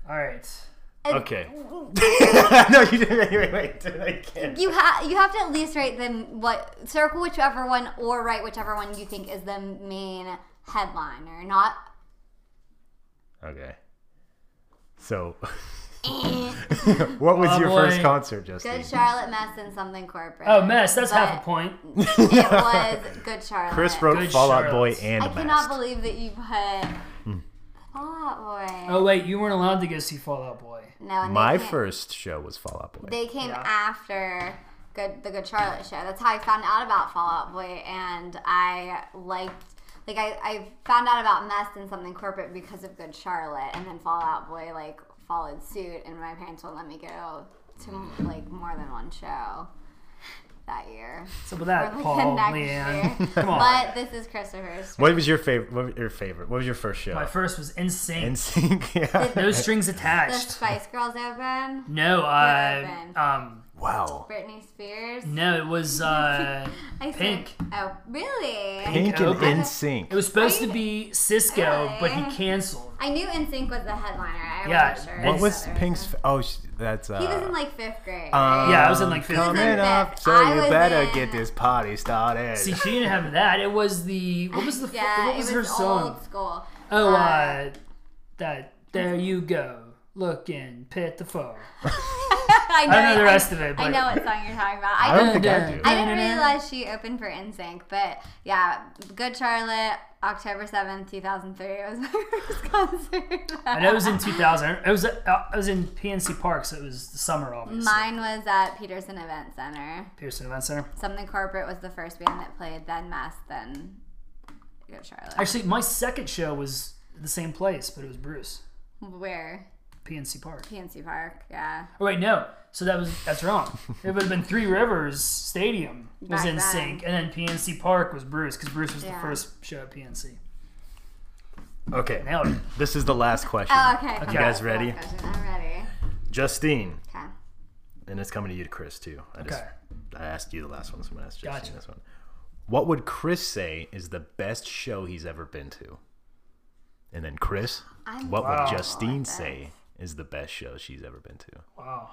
Speaker 1: All right.
Speaker 2: Okay. no, you didn't. Wait, wait, wait. I can't.
Speaker 3: You have you have to at least write them what circle whichever one or write whichever one you think is the main headliner, not
Speaker 2: Okay. So, what was
Speaker 1: Oh,
Speaker 2: your first
Speaker 1: boy.
Speaker 2: concert, Justin?
Speaker 3: eh, Good Charlotte Mess and something corporate.
Speaker 1: Oh, mess. That's half a
Speaker 3: But
Speaker 1: point.
Speaker 3: It was Good Charlotte.
Speaker 2: Chris wrote
Speaker 1: Good
Speaker 2: Fall Out Boy
Speaker 1: Charlotte's.
Speaker 2: and
Speaker 3: I
Speaker 2: Mask.
Speaker 3: cannot believe that you put Fallout Boy.
Speaker 1: Hmm. Oh wait, you weren't allowed to go see Fallout Boy.
Speaker 3: no, and they
Speaker 2: My
Speaker 3: came-
Speaker 2: first show was Fall Out Boy.
Speaker 3: They came
Speaker 1: Yeah.
Speaker 3: after Good the Good Charlotte show. That's how I found out about Fallout Boy, and I liked. Like I, I found out about mess and something corporate because of Good Charlotte, and then Fallout Boy like followed suit, and my parents wouldn't let me go to like more than one show that year.
Speaker 1: So with that,
Speaker 3: Or the
Speaker 1: Paul,
Speaker 3: next year.
Speaker 1: Leanne, come on.
Speaker 3: But this is Christopher's.
Speaker 2: what was your favorite? What was your favorite? What was your first show?
Speaker 1: My first was insane.
Speaker 2: NSYNC. Yeah.
Speaker 1: No strings
Speaker 3: The
Speaker 1: attached.
Speaker 3: Spice Girls open.
Speaker 1: No, I
Speaker 3: Eleven.
Speaker 1: um
Speaker 2: Wow.
Speaker 3: Britney Spears.
Speaker 1: no, it was uh
Speaker 3: I said-
Speaker 1: Pink.
Speaker 3: Oh, really?
Speaker 2: Pink and
Speaker 1: open.
Speaker 2: NSYNC.
Speaker 1: it was supposed to be Cisco, but he
Speaker 3: Really?
Speaker 1: canceled.
Speaker 3: I knew NSYNC was the headliner. I
Speaker 1: Yeah,
Speaker 3: wasn't sure.
Speaker 1: What
Speaker 2: What was
Speaker 3: Other-
Speaker 2: Pink's? F- oh, sh- that's. Uh,
Speaker 3: He was in like fifth grade.
Speaker 2: um,
Speaker 1: Yeah, I was in, like, fifth
Speaker 2: Coming
Speaker 3: grade.
Speaker 2: up, so
Speaker 3: I
Speaker 2: you
Speaker 3: was
Speaker 2: better
Speaker 3: in-
Speaker 2: get this party started.
Speaker 1: See, she didn't have that. It was the what was the f-
Speaker 3: yeah,
Speaker 1: what was,
Speaker 3: it
Speaker 1: her
Speaker 3: was
Speaker 1: song?
Speaker 3: old school.
Speaker 1: Oh, uh,
Speaker 3: Uh,
Speaker 1: that there you go, looking pitiful.
Speaker 3: I, know
Speaker 1: don't know the
Speaker 3: I-
Speaker 1: rest of it,
Speaker 3: I
Speaker 1: but-
Speaker 3: know what song you're talking about.
Speaker 2: I
Speaker 3: I,
Speaker 2: don't
Speaker 3: didn't,
Speaker 2: think I do.
Speaker 3: I didn't realize she opened for NSYNC, but yeah, Good Charlotte, October seventh, two thousand three was my first concert.
Speaker 1: I know it was in 2000. It was uh, it was in PNC Park, so it was the summer, obviously.
Speaker 3: Mine was at Peterson Event Center.
Speaker 1: Pearson Event Center.
Speaker 3: Something Corporate was the first band that played, then Mass, then Good Charlotte.
Speaker 1: Actually, my second show was the same place, but it was Bruce
Speaker 3: Where?
Speaker 1: PNC Park.
Speaker 3: PNC Park, yeah.
Speaker 1: Oh wait, no. So that was that's wrong. It would have been Three Rivers Stadium was
Speaker 3: Back
Speaker 1: in
Speaker 3: then.
Speaker 1: sync, and then PNC Park was Bruce because Bruce was the
Speaker 3: Yeah.
Speaker 1: first show at PNC.
Speaker 2: okay,
Speaker 1: Nailed it.
Speaker 2: this is the last question. Uh,
Speaker 3: Oh, okay.
Speaker 1: You guys
Speaker 3: Last
Speaker 2: ready?
Speaker 3: question. I'm ready.
Speaker 2: Justine,
Speaker 3: Okay.
Speaker 2: and it's coming to you to Chris too. I just
Speaker 1: Okay.
Speaker 2: I asked you the last one, so I'm gonna ask Justine
Speaker 1: Gotcha.
Speaker 2: this one. What would Chris say is the best show he's ever been to? And then Chris,
Speaker 3: I'm
Speaker 2: what
Speaker 1: Wow.
Speaker 2: would Justine say is the best show she's ever been to?
Speaker 1: Wow.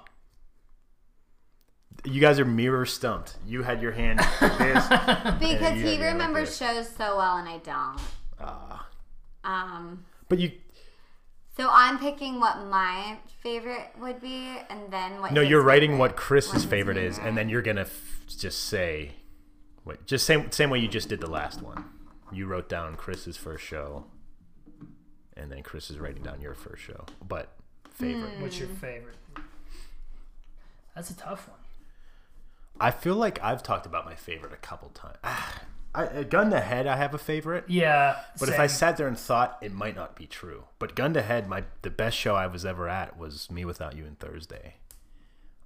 Speaker 2: You guys are mirror stumped. You had your hand like this.
Speaker 3: Because
Speaker 2: you had
Speaker 3: he
Speaker 2: me like
Speaker 3: remembers
Speaker 2: this.
Speaker 3: shows so well and I don't.
Speaker 2: Ah.
Speaker 3: Um,
Speaker 2: but you
Speaker 3: so I'm picking what my favorite would be and then what
Speaker 2: No,
Speaker 3: his
Speaker 2: you're writing
Speaker 3: favorite-
Speaker 2: what Chris's
Speaker 3: his
Speaker 2: favorite is, and then you're gonna f- just say, wait, just same same way you just did the last one. You wrote down Chris's first show, and then Chris is writing down your first show, but favorite.
Speaker 1: What's your
Speaker 3: Mm.
Speaker 1: favorite? That's a tough one.
Speaker 2: I feel like I've talked about my favorite a couple times. Ah, I, uh, gun to head, I have a favorite,
Speaker 1: Yeah.
Speaker 2: but if I
Speaker 1: same.
Speaker 2: sat there and thought, it might not be true. But gun to head, my the best show I was ever at was Me Without You and Thursday.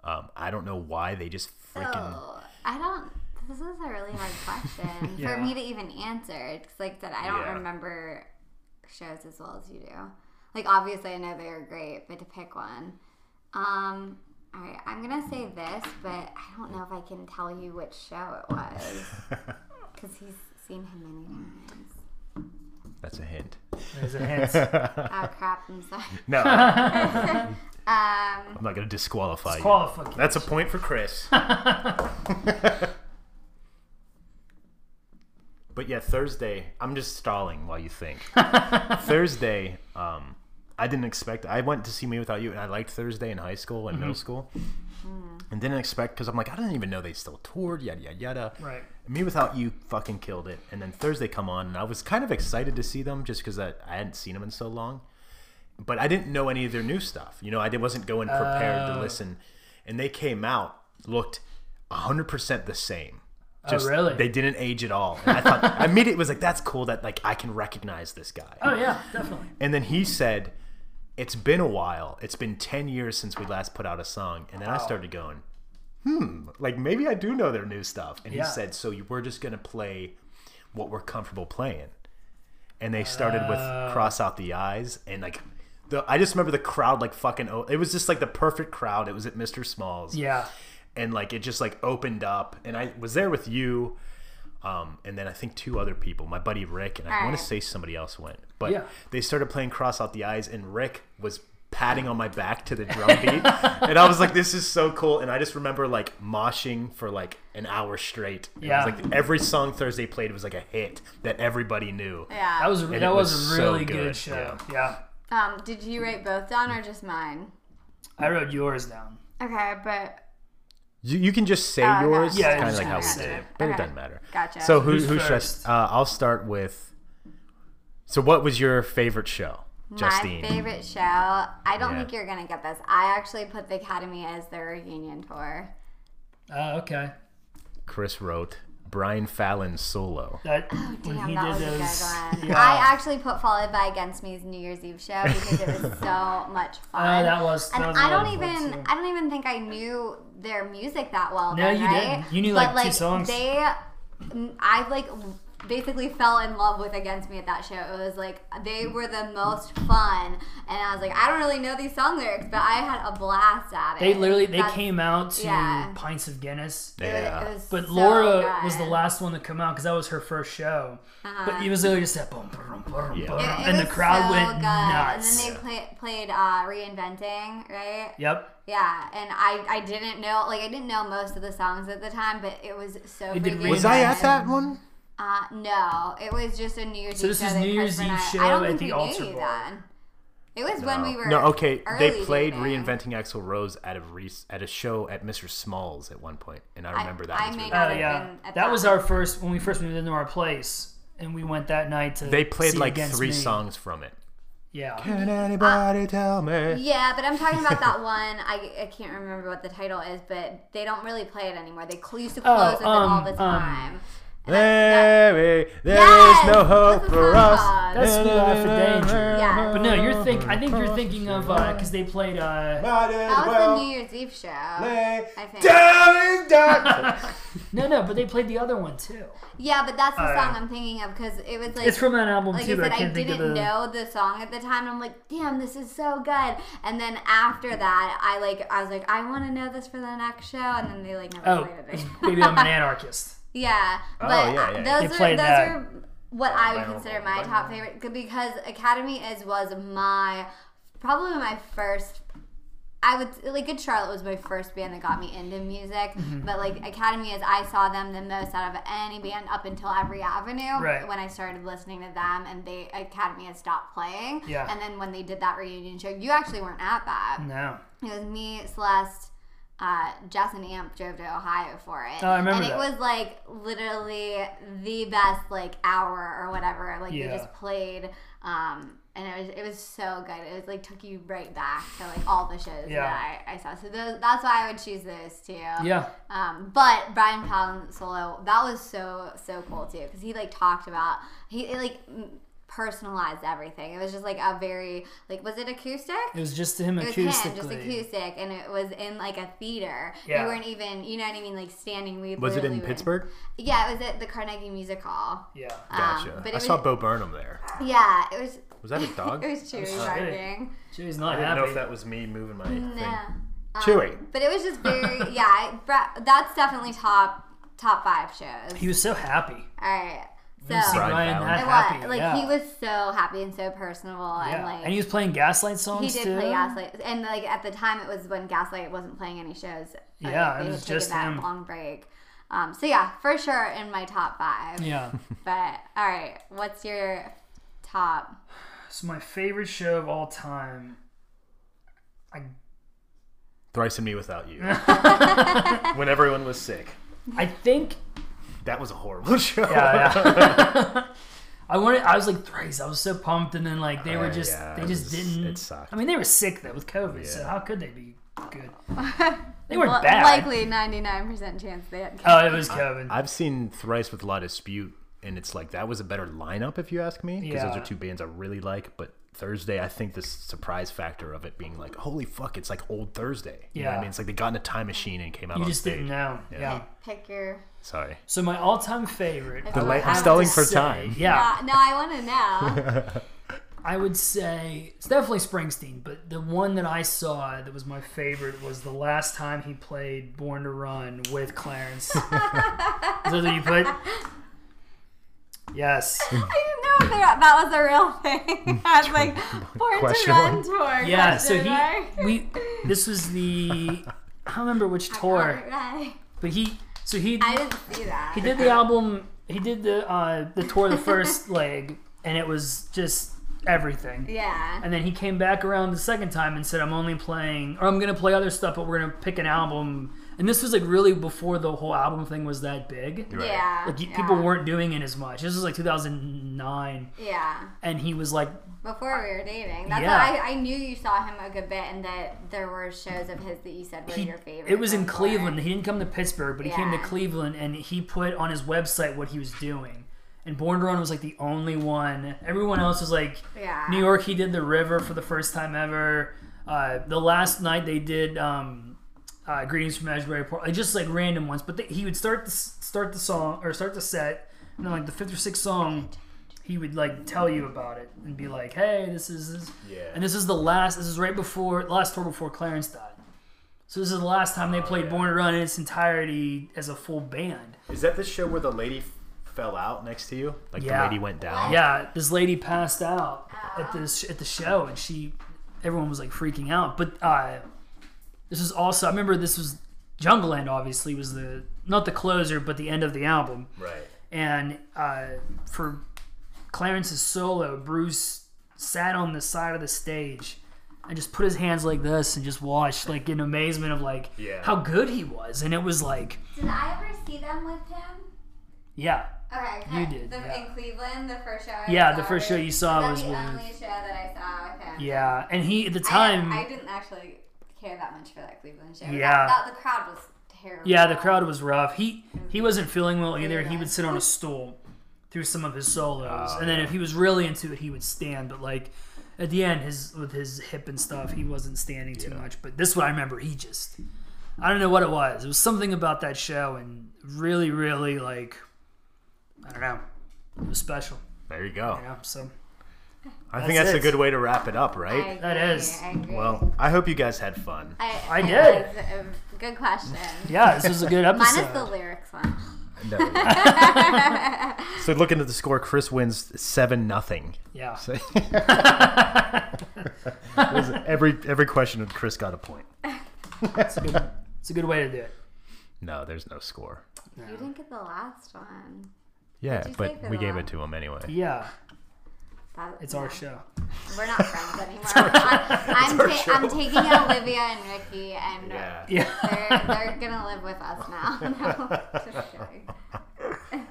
Speaker 2: Um, I don't know why they just freaking.
Speaker 3: Oh, I don't. This is a really hard question
Speaker 1: Yeah.
Speaker 3: for me to even answer. Because, like I said, I don't
Speaker 2: Yeah.
Speaker 3: remember shows as well as you do. Like, obviously, I know they are great, but to pick one. Um, all right, I'm gonna say this, but I don't know if I can tell you which show it was because he's seen him many times.
Speaker 2: That's a hint.
Speaker 1: There's a hint.
Speaker 3: Oh crap! I'm sorry.
Speaker 2: No, I'm
Speaker 3: Um,
Speaker 2: not gonna disqualify you.
Speaker 1: Qualify.
Speaker 2: That's a point for Chris. but yeah, Thursday. I'm just stalling while you think. Thursday. Um, I didn't expect. I went to see Me Without You, and I liked Thursday in high school and middle school, and didn't expect because I'm like, I didn't even know they still toured. Yada yada yada.
Speaker 1: Right.
Speaker 2: Me Without You fucking killed it. And then Thursday come on, and I was kind of excited to see them just because I, I hadn't seen them in so long. But I didn't know any of their new stuff. You know, I did- wasn't going prepared to
Speaker 1: Oh.
Speaker 2: listen. And they came out, looked 100% the same.
Speaker 1: Oh, really?
Speaker 2: They didn't age at all. And I thought, I immediately was like, that's cool that like I can recognize this guy.
Speaker 1: Oh yeah, definitely.
Speaker 2: And then he said, It's been a while. It's been 10 years since we last put out a song. And then I started going, hmm, like maybe I do know their new stuff. And
Speaker 1: Yeah.
Speaker 2: he said, so you- we're just going to play what we're comfortable playing. And they started with cross out the eyes and like the I just remember the crowd like fucking oh, it was just like the perfect crowd. It was at Mr. Small's
Speaker 1: Yeah.
Speaker 2: and like it just like opened up and i was there with you um, and then i think two other people my buddy rick and i want
Speaker 3: Alright.
Speaker 2: to say somebody else went but
Speaker 1: Yeah.
Speaker 2: they started playing cross out the eyes and rick was patting on my back to the drum beat and i was like this is so cool and i just remember like moshing for like an hour straight And
Speaker 1: Yeah.
Speaker 2: it was like every song thursday played was like a hit that everybody knew
Speaker 3: Yeah.
Speaker 1: That was a-
Speaker 2: And
Speaker 1: that
Speaker 2: it
Speaker 1: was,
Speaker 2: was
Speaker 1: a
Speaker 2: so
Speaker 1: really good,
Speaker 2: good,
Speaker 1: show. Yeah.
Speaker 3: um, did you write both down or just mine?
Speaker 1: I wrote yours down.
Speaker 3: Okay, but
Speaker 2: you, you can just say
Speaker 3: Oh, okay.
Speaker 2: yours
Speaker 1: Yeah,
Speaker 2: yeah, kind of
Speaker 1: just
Speaker 2: like how we
Speaker 1: gonna
Speaker 2: did
Speaker 1: say
Speaker 2: it
Speaker 1: it.
Speaker 2: but
Speaker 3: Okay.
Speaker 2: it doesn't matter
Speaker 3: Gotcha.
Speaker 2: so who,
Speaker 1: Who's
Speaker 2: who should I, s-
Speaker 1: first?
Speaker 2: uh, i'll start with so what was your favorite show justine
Speaker 3: my favorite show. I don't
Speaker 2: Yeah.
Speaker 3: think you're gonna get this. I actually put the Academy as their reunion tour.
Speaker 1: Oh, okay.
Speaker 2: Chris wrote Brian Fallon solo.
Speaker 1: That when
Speaker 3: Oh, Damn,
Speaker 1: he
Speaker 3: that was
Speaker 1: did
Speaker 3: a
Speaker 1: those.
Speaker 3: good one.
Speaker 1: Yeah.
Speaker 3: I actually put Followed by Against Me's New Year's Eve show because it was so much fun.
Speaker 1: Oh, that was. That
Speaker 3: and
Speaker 1: was a
Speaker 3: I
Speaker 1: lot
Speaker 3: don't
Speaker 1: of fun,
Speaker 3: even
Speaker 1: too.
Speaker 3: I don't even think I knew their music that well.
Speaker 1: No,
Speaker 3: then,
Speaker 1: you
Speaker 3: right?
Speaker 1: didn't. You knew,
Speaker 3: But,
Speaker 1: like, two songs.
Speaker 3: They, mm, I like basically fell in love with Against Me at that show. It was like they were the most fun, and I was like, I don't really know these song lyrics, but I had a blast at it.
Speaker 1: They literally they
Speaker 3: That's-
Speaker 1: came out to
Speaker 3: yeah.
Speaker 1: pints of Guinness.
Speaker 3: It was, it was
Speaker 1: But
Speaker 3: so
Speaker 1: Laura
Speaker 3: good. Uh-huh.
Speaker 1: was the last one to come out because that was her first show. But it was literally just that boom, boom, boom, boom,
Speaker 2: Yeah.
Speaker 1: boom,
Speaker 2: It-
Speaker 3: It
Speaker 1: and the
Speaker 3: was
Speaker 1: crowd
Speaker 3: so
Speaker 1: went
Speaker 3: good.
Speaker 1: nuts.
Speaker 3: And then they play, played uh, reinventing, right?
Speaker 1: yep,
Speaker 3: Yeah, and I, I didn't know like I didn't know most of the songs at the time, but it was so
Speaker 1: They did
Speaker 3: freaking
Speaker 2: Was I
Speaker 3: good.
Speaker 2: at that one?
Speaker 3: Uh, no, it was just a New Year's
Speaker 1: So
Speaker 3: Eve
Speaker 1: this
Speaker 3: show.
Speaker 1: is
Speaker 3: that
Speaker 1: New Year's
Speaker 3: Chris and
Speaker 1: Eve
Speaker 3: I-
Speaker 1: show
Speaker 3: I don't
Speaker 1: at
Speaker 3: think
Speaker 1: the
Speaker 3: we
Speaker 1: Ultra
Speaker 3: knew
Speaker 1: Bowl.
Speaker 3: then. It was when we were
Speaker 2: no, okay.
Speaker 3: early
Speaker 2: They played
Speaker 3: dating.
Speaker 2: reinventing Axl Rose at a re- at a show at Mr. Small's at one point, and I remember that.
Speaker 3: I
Speaker 2: was
Speaker 3: may
Speaker 2: really-
Speaker 3: not-
Speaker 1: oh
Speaker 3: I've
Speaker 1: yeah,
Speaker 3: been at
Speaker 1: that
Speaker 3: that
Speaker 1: was
Speaker 3: one.
Speaker 1: our first when we first moved into our place, and we went that night to.
Speaker 2: they played
Speaker 1: see
Speaker 2: like
Speaker 1: Against
Speaker 2: three
Speaker 1: Me.
Speaker 2: songs from it.
Speaker 1: Yeah,
Speaker 2: Can anybody tell me?
Speaker 3: Yeah, but I'm talking about that one. I, I can't remember what the title is, but they don't really play it anymore. They cl- used to close with it all
Speaker 1: um,
Speaker 3: the
Speaker 1: um.
Speaker 3: time.
Speaker 2: There, is- there
Speaker 3: Yes!
Speaker 2: is no hope
Speaker 3: What's the
Speaker 2: for
Speaker 3: song
Speaker 2: us.
Speaker 3: called?
Speaker 1: That's Sweet Life of Danger.
Speaker 3: Yeah.
Speaker 1: but no, you're think. I think you're thinking of because they played. uh
Speaker 2: Might as
Speaker 3: That was
Speaker 2: well
Speaker 3: the New Year's Eve show.
Speaker 2: lay
Speaker 3: I think.
Speaker 2: down in dark-
Speaker 1: No, no, but they played the other one too.
Speaker 3: Yeah, but that's the
Speaker 1: Uh,
Speaker 3: song I'm thinking of because it was like
Speaker 1: It's from that album
Speaker 3: like I
Speaker 1: too.
Speaker 3: said,
Speaker 1: but I
Speaker 3: I,
Speaker 1: can't think
Speaker 3: didn't
Speaker 1: of the.
Speaker 3: know the song at the time. And I'm like, damn, this is so good. And then after that, I like, I was like, I want to know this for the next show. And then they like never
Speaker 1: Oh,
Speaker 3: played it.
Speaker 1: maybe I'm an anarchist.
Speaker 3: yeah,
Speaker 2: Oh,
Speaker 3: but
Speaker 2: yeah,
Speaker 3: uh,
Speaker 2: yeah, yeah.
Speaker 1: They
Speaker 3: those are
Speaker 1: played
Speaker 3: those
Speaker 1: that.
Speaker 3: are what I would
Speaker 2: Wow,
Speaker 3: consider my top favorite c- because Academy is was my probably my first. I would like Good Charlotte was my first band that got me into music,
Speaker 1: Mm-hmm.
Speaker 3: but like Academy is I saw them the most out of any band up until Every Avenue
Speaker 1: Right.
Speaker 3: when I started listening to them and they Academy had stopped playing.
Speaker 1: Yeah.
Speaker 3: And then when they did that reunion show, you actually weren't at that.
Speaker 1: No.
Speaker 3: It was me, Celeste, uh, Jess, and Amp drove to Ohio for it.
Speaker 1: Oh, I remember
Speaker 3: And it
Speaker 1: that.
Speaker 3: was like literally the best like hour or whatever. Like
Speaker 1: Yeah.
Speaker 3: they just played, um, and it was it was so good. It was like took you right back to like all the shows
Speaker 1: Yeah.
Speaker 3: that I, I saw. So those, that's why I would choose those two.
Speaker 1: Yeah.
Speaker 3: Um, but Brian Fallon solo, that was so so cool too because he like talked about he it, like m- personalized everything. It was just like a very like was it acoustic?
Speaker 1: It was just him
Speaker 3: It was
Speaker 1: acoustically.
Speaker 3: him, just acoustic, and it was in like a theater.
Speaker 1: Yeah.
Speaker 3: You weren't even, you know what I mean, like standing. We
Speaker 2: Was it
Speaker 3: literally
Speaker 2: in
Speaker 3: were-
Speaker 2: Pittsburgh?
Speaker 3: Yeah, it was at the Carnegie Music Hall.
Speaker 1: Yeah.
Speaker 3: Um,
Speaker 2: Gotcha.
Speaker 3: but it
Speaker 2: I
Speaker 3: was,
Speaker 2: saw Bo Burnham there.
Speaker 3: Yeah, it was.
Speaker 2: Was that a dog?
Speaker 3: It was Chewy
Speaker 1: sorry.
Speaker 3: barking.
Speaker 1: She's not
Speaker 2: I didn't
Speaker 1: happy.
Speaker 2: know if that was me moving my thing.
Speaker 3: Yeah. Um,
Speaker 2: Chewy.
Speaker 3: But it was just very, yeah. I- Bra- that's definitely top top five shows.
Speaker 1: He was so happy.
Speaker 3: All right, so.
Speaker 1: You see
Speaker 2: Brian
Speaker 1: Ryan
Speaker 2: Fallon.
Speaker 1: that
Speaker 3: it
Speaker 1: happy.
Speaker 3: was like
Speaker 1: yeah.
Speaker 3: he was so happy and so personable
Speaker 1: Yeah.
Speaker 3: and like
Speaker 1: he was playing Gaslight
Speaker 3: He
Speaker 1: songs
Speaker 3: did
Speaker 1: too.
Speaker 3: play Gaslight, and like at the time, it was when Gaslight wasn't playing any shows. Like,
Speaker 1: Yeah, it
Speaker 3: they
Speaker 1: was
Speaker 3: had taken
Speaker 1: just
Speaker 3: that
Speaker 1: him.
Speaker 3: long break. Um, so yeah, for sure in my top five.
Speaker 1: Yeah.
Speaker 3: But all right, what's your top?
Speaker 1: so my favorite show of all time. I
Speaker 2: Thrice and Me Without You. when everyone was sick.
Speaker 1: I think
Speaker 2: That was a horrible show.
Speaker 1: yeah, yeah. I wanted. I was like thrice. I was so pumped, and then like they were
Speaker 2: Uh,
Speaker 1: just
Speaker 2: yeah,
Speaker 1: they
Speaker 2: it
Speaker 1: just
Speaker 2: was-
Speaker 1: didn't.
Speaker 2: it sucked.
Speaker 1: I mean, they were sick though with COVID. So
Speaker 2: Yeah.
Speaker 1: how could they be good? They weren't
Speaker 3: Well,
Speaker 1: bad.
Speaker 3: Likely ninety nine percent chance they had.
Speaker 1: Oh, it was COVID.
Speaker 2: I've seen Thrice with a lot of dispute, and it's like that was a better lineup if you ask me. Because
Speaker 1: Yeah.
Speaker 2: those are two bands I really like, but Thursday, I think the surprise factor of it being like, holy fuck, it's like old Thursday. You know what
Speaker 1: Yeah.
Speaker 2: I mean, it's like they got in a time machine and came out
Speaker 1: You
Speaker 2: on
Speaker 1: just
Speaker 2: stage.
Speaker 1: didn't know. Yeah.
Speaker 2: Yeah.
Speaker 3: Pick your.
Speaker 2: Sorry.
Speaker 1: So my all-time favorite.
Speaker 3: The
Speaker 1: I
Speaker 3: la-
Speaker 1: would
Speaker 3: I'm
Speaker 1: have to
Speaker 2: stalling for
Speaker 1: say-
Speaker 2: time.
Speaker 1: Yeah,
Speaker 3: Uh, no, I want to know.
Speaker 1: I would say it's definitely Springsteen, but the one that I saw that was my favorite was the last time he played Born to Run with Clarence. Is that what you put? Yes.
Speaker 3: I didn't know if that that was a real thing. I was like, born to
Speaker 2: Question
Speaker 3: run
Speaker 2: mark.
Speaker 3: tour.
Speaker 1: Yeah. So
Speaker 3: question mark.
Speaker 1: he we this was the I don't remember which tour,
Speaker 3: Alright.
Speaker 1: but he so he
Speaker 3: I didn't see that.
Speaker 1: he did the album he did the uh, the tour the first leg and it was just everything.
Speaker 3: Yeah.
Speaker 1: And then he came back around the second time and said, I'm only playing, or I'm going to play other stuff, but we're going to pick an album. And this was like really before the whole album thing was that big.
Speaker 2: Right.
Speaker 3: Yeah.
Speaker 1: Like y-
Speaker 3: yeah.
Speaker 1: people weren't doing it as much. This was like 2009.
Speaker 3: Yeah.
Speaker 1: And he was like,
Speaker 3: Before we were dating. That's
Speaker 1: Yeah.
Speaker 3: why I, I knew you saw him a good bit and that there were shows of his that you said were
Speaker 1: he,
Speaker 3: your favorite.
Speaker 1: it was in
Speaker 3: before.
Speaker 1: Cleveland. He didn't come to Pittsburgh, but he came to
Speaker 3: Yeah.
Speaker 1: Cleveland and he put on his website what he was doing. And Born to Run was like the only one. Everyone else was like,
Speaker 3: Yeah.
Speaker 1: New York, he did The River for the first time ever. Uh, the last night they did um, uh, Greetings from Asbury Park, like, just like random ones. But they, he would start the s- start the song or start the set, and then like the fifth or sixth song, he would like tell you about it and be like, "Hey, this is this."
Speaker 2: Yeah.
Speaker 1: And this is the last. This is right before last tour before Clarence died. So this is the last time they played
Speaker 2: yeah.
Speaker 1: Born to Run in its entirety as a full band.
Speaker 2: Is that the show where the lady f- fell out next to you? Like
Speaker 1: Yeah.
Speaker 2: the lady went down?
Speaker 1: Yeah, this lady passed out at this at the show, and she, everyone was like freaking out. But uh, this was also I remember this was Jungle Land. Obviously, was the not the closer, but the end of the album.
Speaker 2: Right.
Speaker 1: And uh, for Clarence's solo, Bruce sat on the side of the stage and just put his hands like this and just watched, like in amazement of like
Speaker 2: Yeah.
Speaker 1: how good he was. And it was like,
Speaker 3: Did I ever see them with him?
Speaker 1: yeah,
Speaker 3: Okay,
Speaker 1: You
Speaker 3: okay.
Speaker 1: did,
Speaker 3: The,
Speaker 1: yeah.
Speaker 3: In Cleveland, the first show. I
Speaker 1: Yeah,
Speaker 3: saw
Speaker 1: the first show
Speaker 3: was-
Speaker 1: you saw
Speaker 3: was
Speaker 1: was
Speaker 3: that the
Speaker 1: with-
Speaker 3: only show that I saw with him.
Speaker 1: yeah. And he at the
Speaker 3: I-
Speaker 1: time.
Speaker 3: I, didn't actually care that much for that Cleveland show.
Speaker 1: Yeah.
Speaker 3: that, that- the crowd was terrible.
Speaker 1: Yeah, the crowd was rough. He he wasn't feeling well either. He
Speaker 3: Yeah.
Speaker 1: would sit on a stool through some of his solos, and then if he was really into it, he would stand. But like at the end, his with his hip and stuff, he wasn't standing too
Speaker 2: Yeah.
Speaker 1: much. But this one, I remember, he just I don't know what it was. It was something about that show, and really, really like I don't know. It was special.
Speaker 2: There you go.
Speaker 1: Yeah, so
Speaker 2: I think
Speaker 1: That's
Speaker 2: that's a
Speaker 1: it.
Speaker 2: good way to wrap it up,
Speaker 3: I
Speaker 2: right?
Speaker 3: agree,
Speaker 1: That is.
Speaker 3: I agree.
Speaker 2: Well, I hope you guys had fun.
Speaker 3: I,
Speaker 1: I
Speaker 3: it
Speaker 1: did.
Speaker 3: was a good question.
Speaker 1: yeah, this was a good episode.
Speaker 3: Minus the lyrics one.
Speaker 2: so looking at the score, Chris wins seven nothing.
Speaker 1: yeah.
Speaker 2: So- every every question, Chris got a point.
Speaker 1: It's a good it's a good way to do it.
Speaker 2: No, there's no score.
Speaker 3: You didn't get the last one.
Speaker 2: Yeah,
Speaker 3: Did you say
Speaker 2: but
Speaker 3: for
Speaker 2: we
Speaker 3: the
Speaker 2: gave
Speaker 3: laugh?
Speaker 2: it to him anyway.
Speaker 1: Yeah,
Speaker 3: That-
Speaker 1: it's
Speaker 3: no.
Speaker 1: our show.
Speaker 3: We're not friends anymore. I'm, I'm, ta- I'm taking Olivia and Ricky, and
Speaker 2: Yeah.
Speaker 1: Yeah.
Speaker 3: they're, they're gonna live with us now. No, just kidding.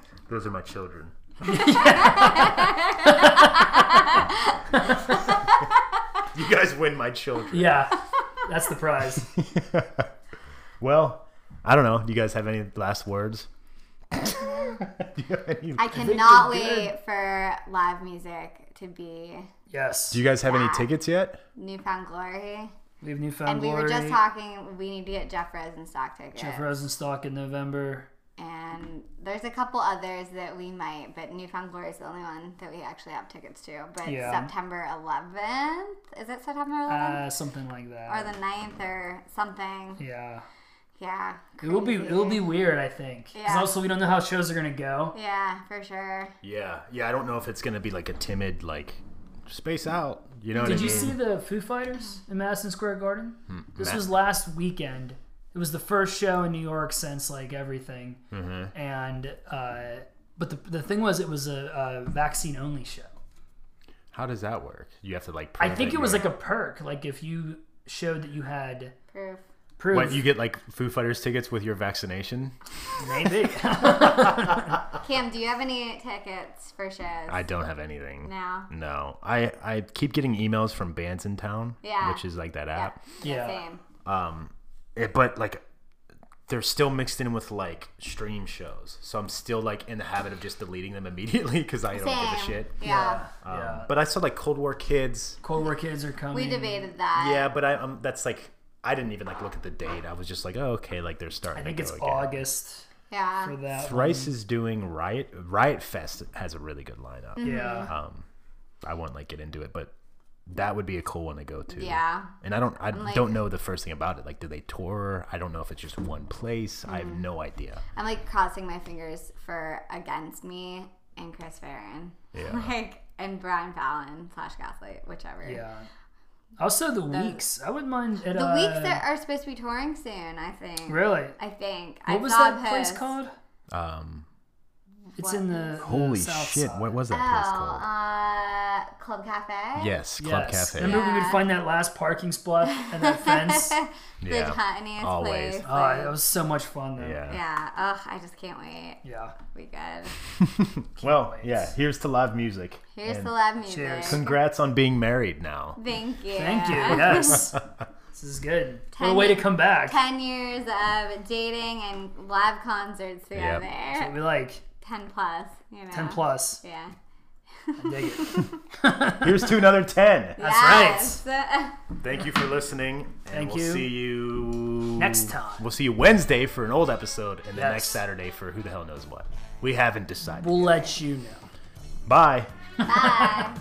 Speaker 2: Those are my children. you guys win my children.
Speaker 1: Yeah. That's the prize.
Speaker 2: Well, I don't know. Do you guys have any last words? Do you have any-
Speaker 3: I cannot wait for live music to be
Speaker 1: Yes.
Speaker 2: Do you guys have any tickets yet?
Speaker 3: newfound glory.
Speaker 1: We have newfound
Speaker 3: And we
Speaker 1: glory.
Speaker 3: were just talking. We need to get Jeff Rosenstock tickets.
Speaker 1: Jeff Rosenstock in November.
Speaker 3: and there's a couple others that we might, but Newfound Glory is the only one that we actually have tickets to. But
Speaker 1: Yeah.
Speaker 3: September 11th, is it September 11th
Speaker 1: Uh, something like
Speaker 3: or
Speaker 1: that.
Speaker 3: the 9th or something?
Speaker 1: yeah.
Speaker 3: Yeah,
Speaker 1: It will be
Speaker 3: crazy.
Speaker 1: it will be weird, I think. Because
Speaker 3: Yeah.
Speaker 1: also we don't know how shows are gonna go.
Speaker 3: Yeah, for sure.
Speaker 2: Yeah, yeah. I don't know if it's gonna be like a timid like space out. You know what
Speaker 1: Did
Speaker 2: I
Speaker 1: you
Speaker 2: mean? Hmm.
Speaker 1: see the Foo Fighters in Madison Square Garden? This was last weekend. It was the first show in New York since like everything. Mm-hmm. And uh, but the the thing was, it was a, a vaccine only show.
Speaker 2: How does that work? You have to like.
Speaker 1: I
Speaker 2: prove
Speaker 1: think
Speaker 2: that
Speaker 1: it was
Speaker 2: you're-
Speaker 1: like a perk. Like if you showed that you had
Speaker 3: Proof.
Speaker 1: proof,
Speaker 2: What you get like Foo Fighters tickets with your vaccination?
Speaker 1: maybe.
Speaker 3: Cam, do you have any tickets for shows?
Speaker 2: I don't have anything.
Speaker 3: No.
Speaker 2: No, I I keep getting emails from bands in town.
Speaker 3: Yeah.
Speaker 2: Which is like that app.
Speaker 1: yeah.
Speaker 3: Same.
Speaker 2: Um, it, but eh, like they're still mixed in with like stream shows. So I'm still like in the habit of just deleting them immediately because I don't give a
Speaker 3: Same.
Speaker 2: shit.
Speaker 3: Yeah.
Speaker 2: Um,
Speaker 1: yeah.
Speaker 2: But I saw like Cold War Kids.
Speaker 1: Cold War kids are coming.
Speaker 3: We debated that.
Speaker 2: Yeah, but I, um, that's like I didn't even like look at the date. I was just like, oh, okay, like they're starting.
Speaker 1: I think
Speaker 2: to
Speaker 1: it's
Speaker 2: go again.
Speaker 1: August
Speaker 3: Yeah.
Speaker 1: for that.
Speaker 2: Thrice is doing Riot. Riot Fest has a really good lineup.
Speaker 3: Mm-hmm.
Speaker 1: one. Yeah.
Speaker 2: Um, I won't like get into it, but that would be a cool one to go to.
Speaker 3: Yeah.
Speaker 2: And I don't, I
Speaker 3: like-
Speaker 2: don't know the first thing about it. Like, do they tour? I don't know if it's just one place. I
Speaker 3: Mm-hmm.
Speaker 2: have no idea.
Speaker 3: I'm like crossing my fingers for against me and Chris Farron.
Speaker 2: Yeah.
Speaker 3: Like and Brian Fallon slash Gaslight, whichever.
Speaker 1: Yeah. Also the weeks. I wouldn't mind at
Speaker 3: The
Speaker 1: uh,
Speaker 3: weeks that are supposed to be touring soon, I think.
Speaker 1: Really?
Speaker 3: I think. I
Speaker 1: What was
Speaker 3: saw a
Speaker 1: that place
Speaker 3: post.
Speaker 1: called?
Speaker 2: Um,
Speaker 1: It's
Speaker 3: What
Speaker 1: in the
Speaker 2: holy
Speaker 1: the south
Speaker 2: shit!
Speaker 1: side.
Speaker 2: What was that
Speaker 3: Oh,
Speaker 2: place called?
Speaker 3: uh, Club
Speaker 1: um,
Speaker 3: Cafe.
Speaker 2: yes, Club
Speaker 1: Yes.
Speaker 2: Cafe.
Speaker 1: Remember we would
Speaker 3: Yeah.
Speaker 1: find that last parking spot and that fence. oh,
Speaker 3: the
Speaker 2: Yeah.
Speaker 3: tiniest
Speaker 2: Always.
Speaker 3: place.
Speaker 1: that was so much fun though.
Speaker 2: Yeah.
Speaker 3: yeah. Ugh, I just can't wait.
Speaker 1: Yeah.
Speaker 3: We good.
Speaker 2: Well,
Speaker 1: wait.
Speaker 2: yeah. Here's to live music.
Speaker 3: Here's
Speaker 2: And
Speaker 3: the lab music.
Speaker 1: Cheers.
Speaker 2: Congrats on being married now.
Speaker 3: Thank you.
Speaker 1: Thank you. Yes. this is good. What a
Speaker 3: Ten-
Speaker 1: way to come back.
Speaker 3: Ten years of dating and live concerts
Speaker 2: Yep.
Speaker 3: together.
Speaker 1: That's what we like.
Speaker 3: Ten plus. You know.
Speaker 1: Ten plus.
Speaker 3: Yeah.
Speaker 1: I dig it.
Speaker 2: Here's to another ten.
Speaker 1: That's
Speaker 3: right.
Speaker 2: Thank you for listening. And
Speaker 1: Thank
Speaker 2: we'll
Speaker 1: you.
Speaker 2: see you
Speaker 1: Next time.
Speaker 2: We'll see you Wednesday for an old episode and then
Speaker 1: Yes.
Speaker 2: next Saturday for who the hell knows what. We haven't decided.
Speaker 1: We'll let you know.
Speaker 2: Bye.
Speaker 3: Bye.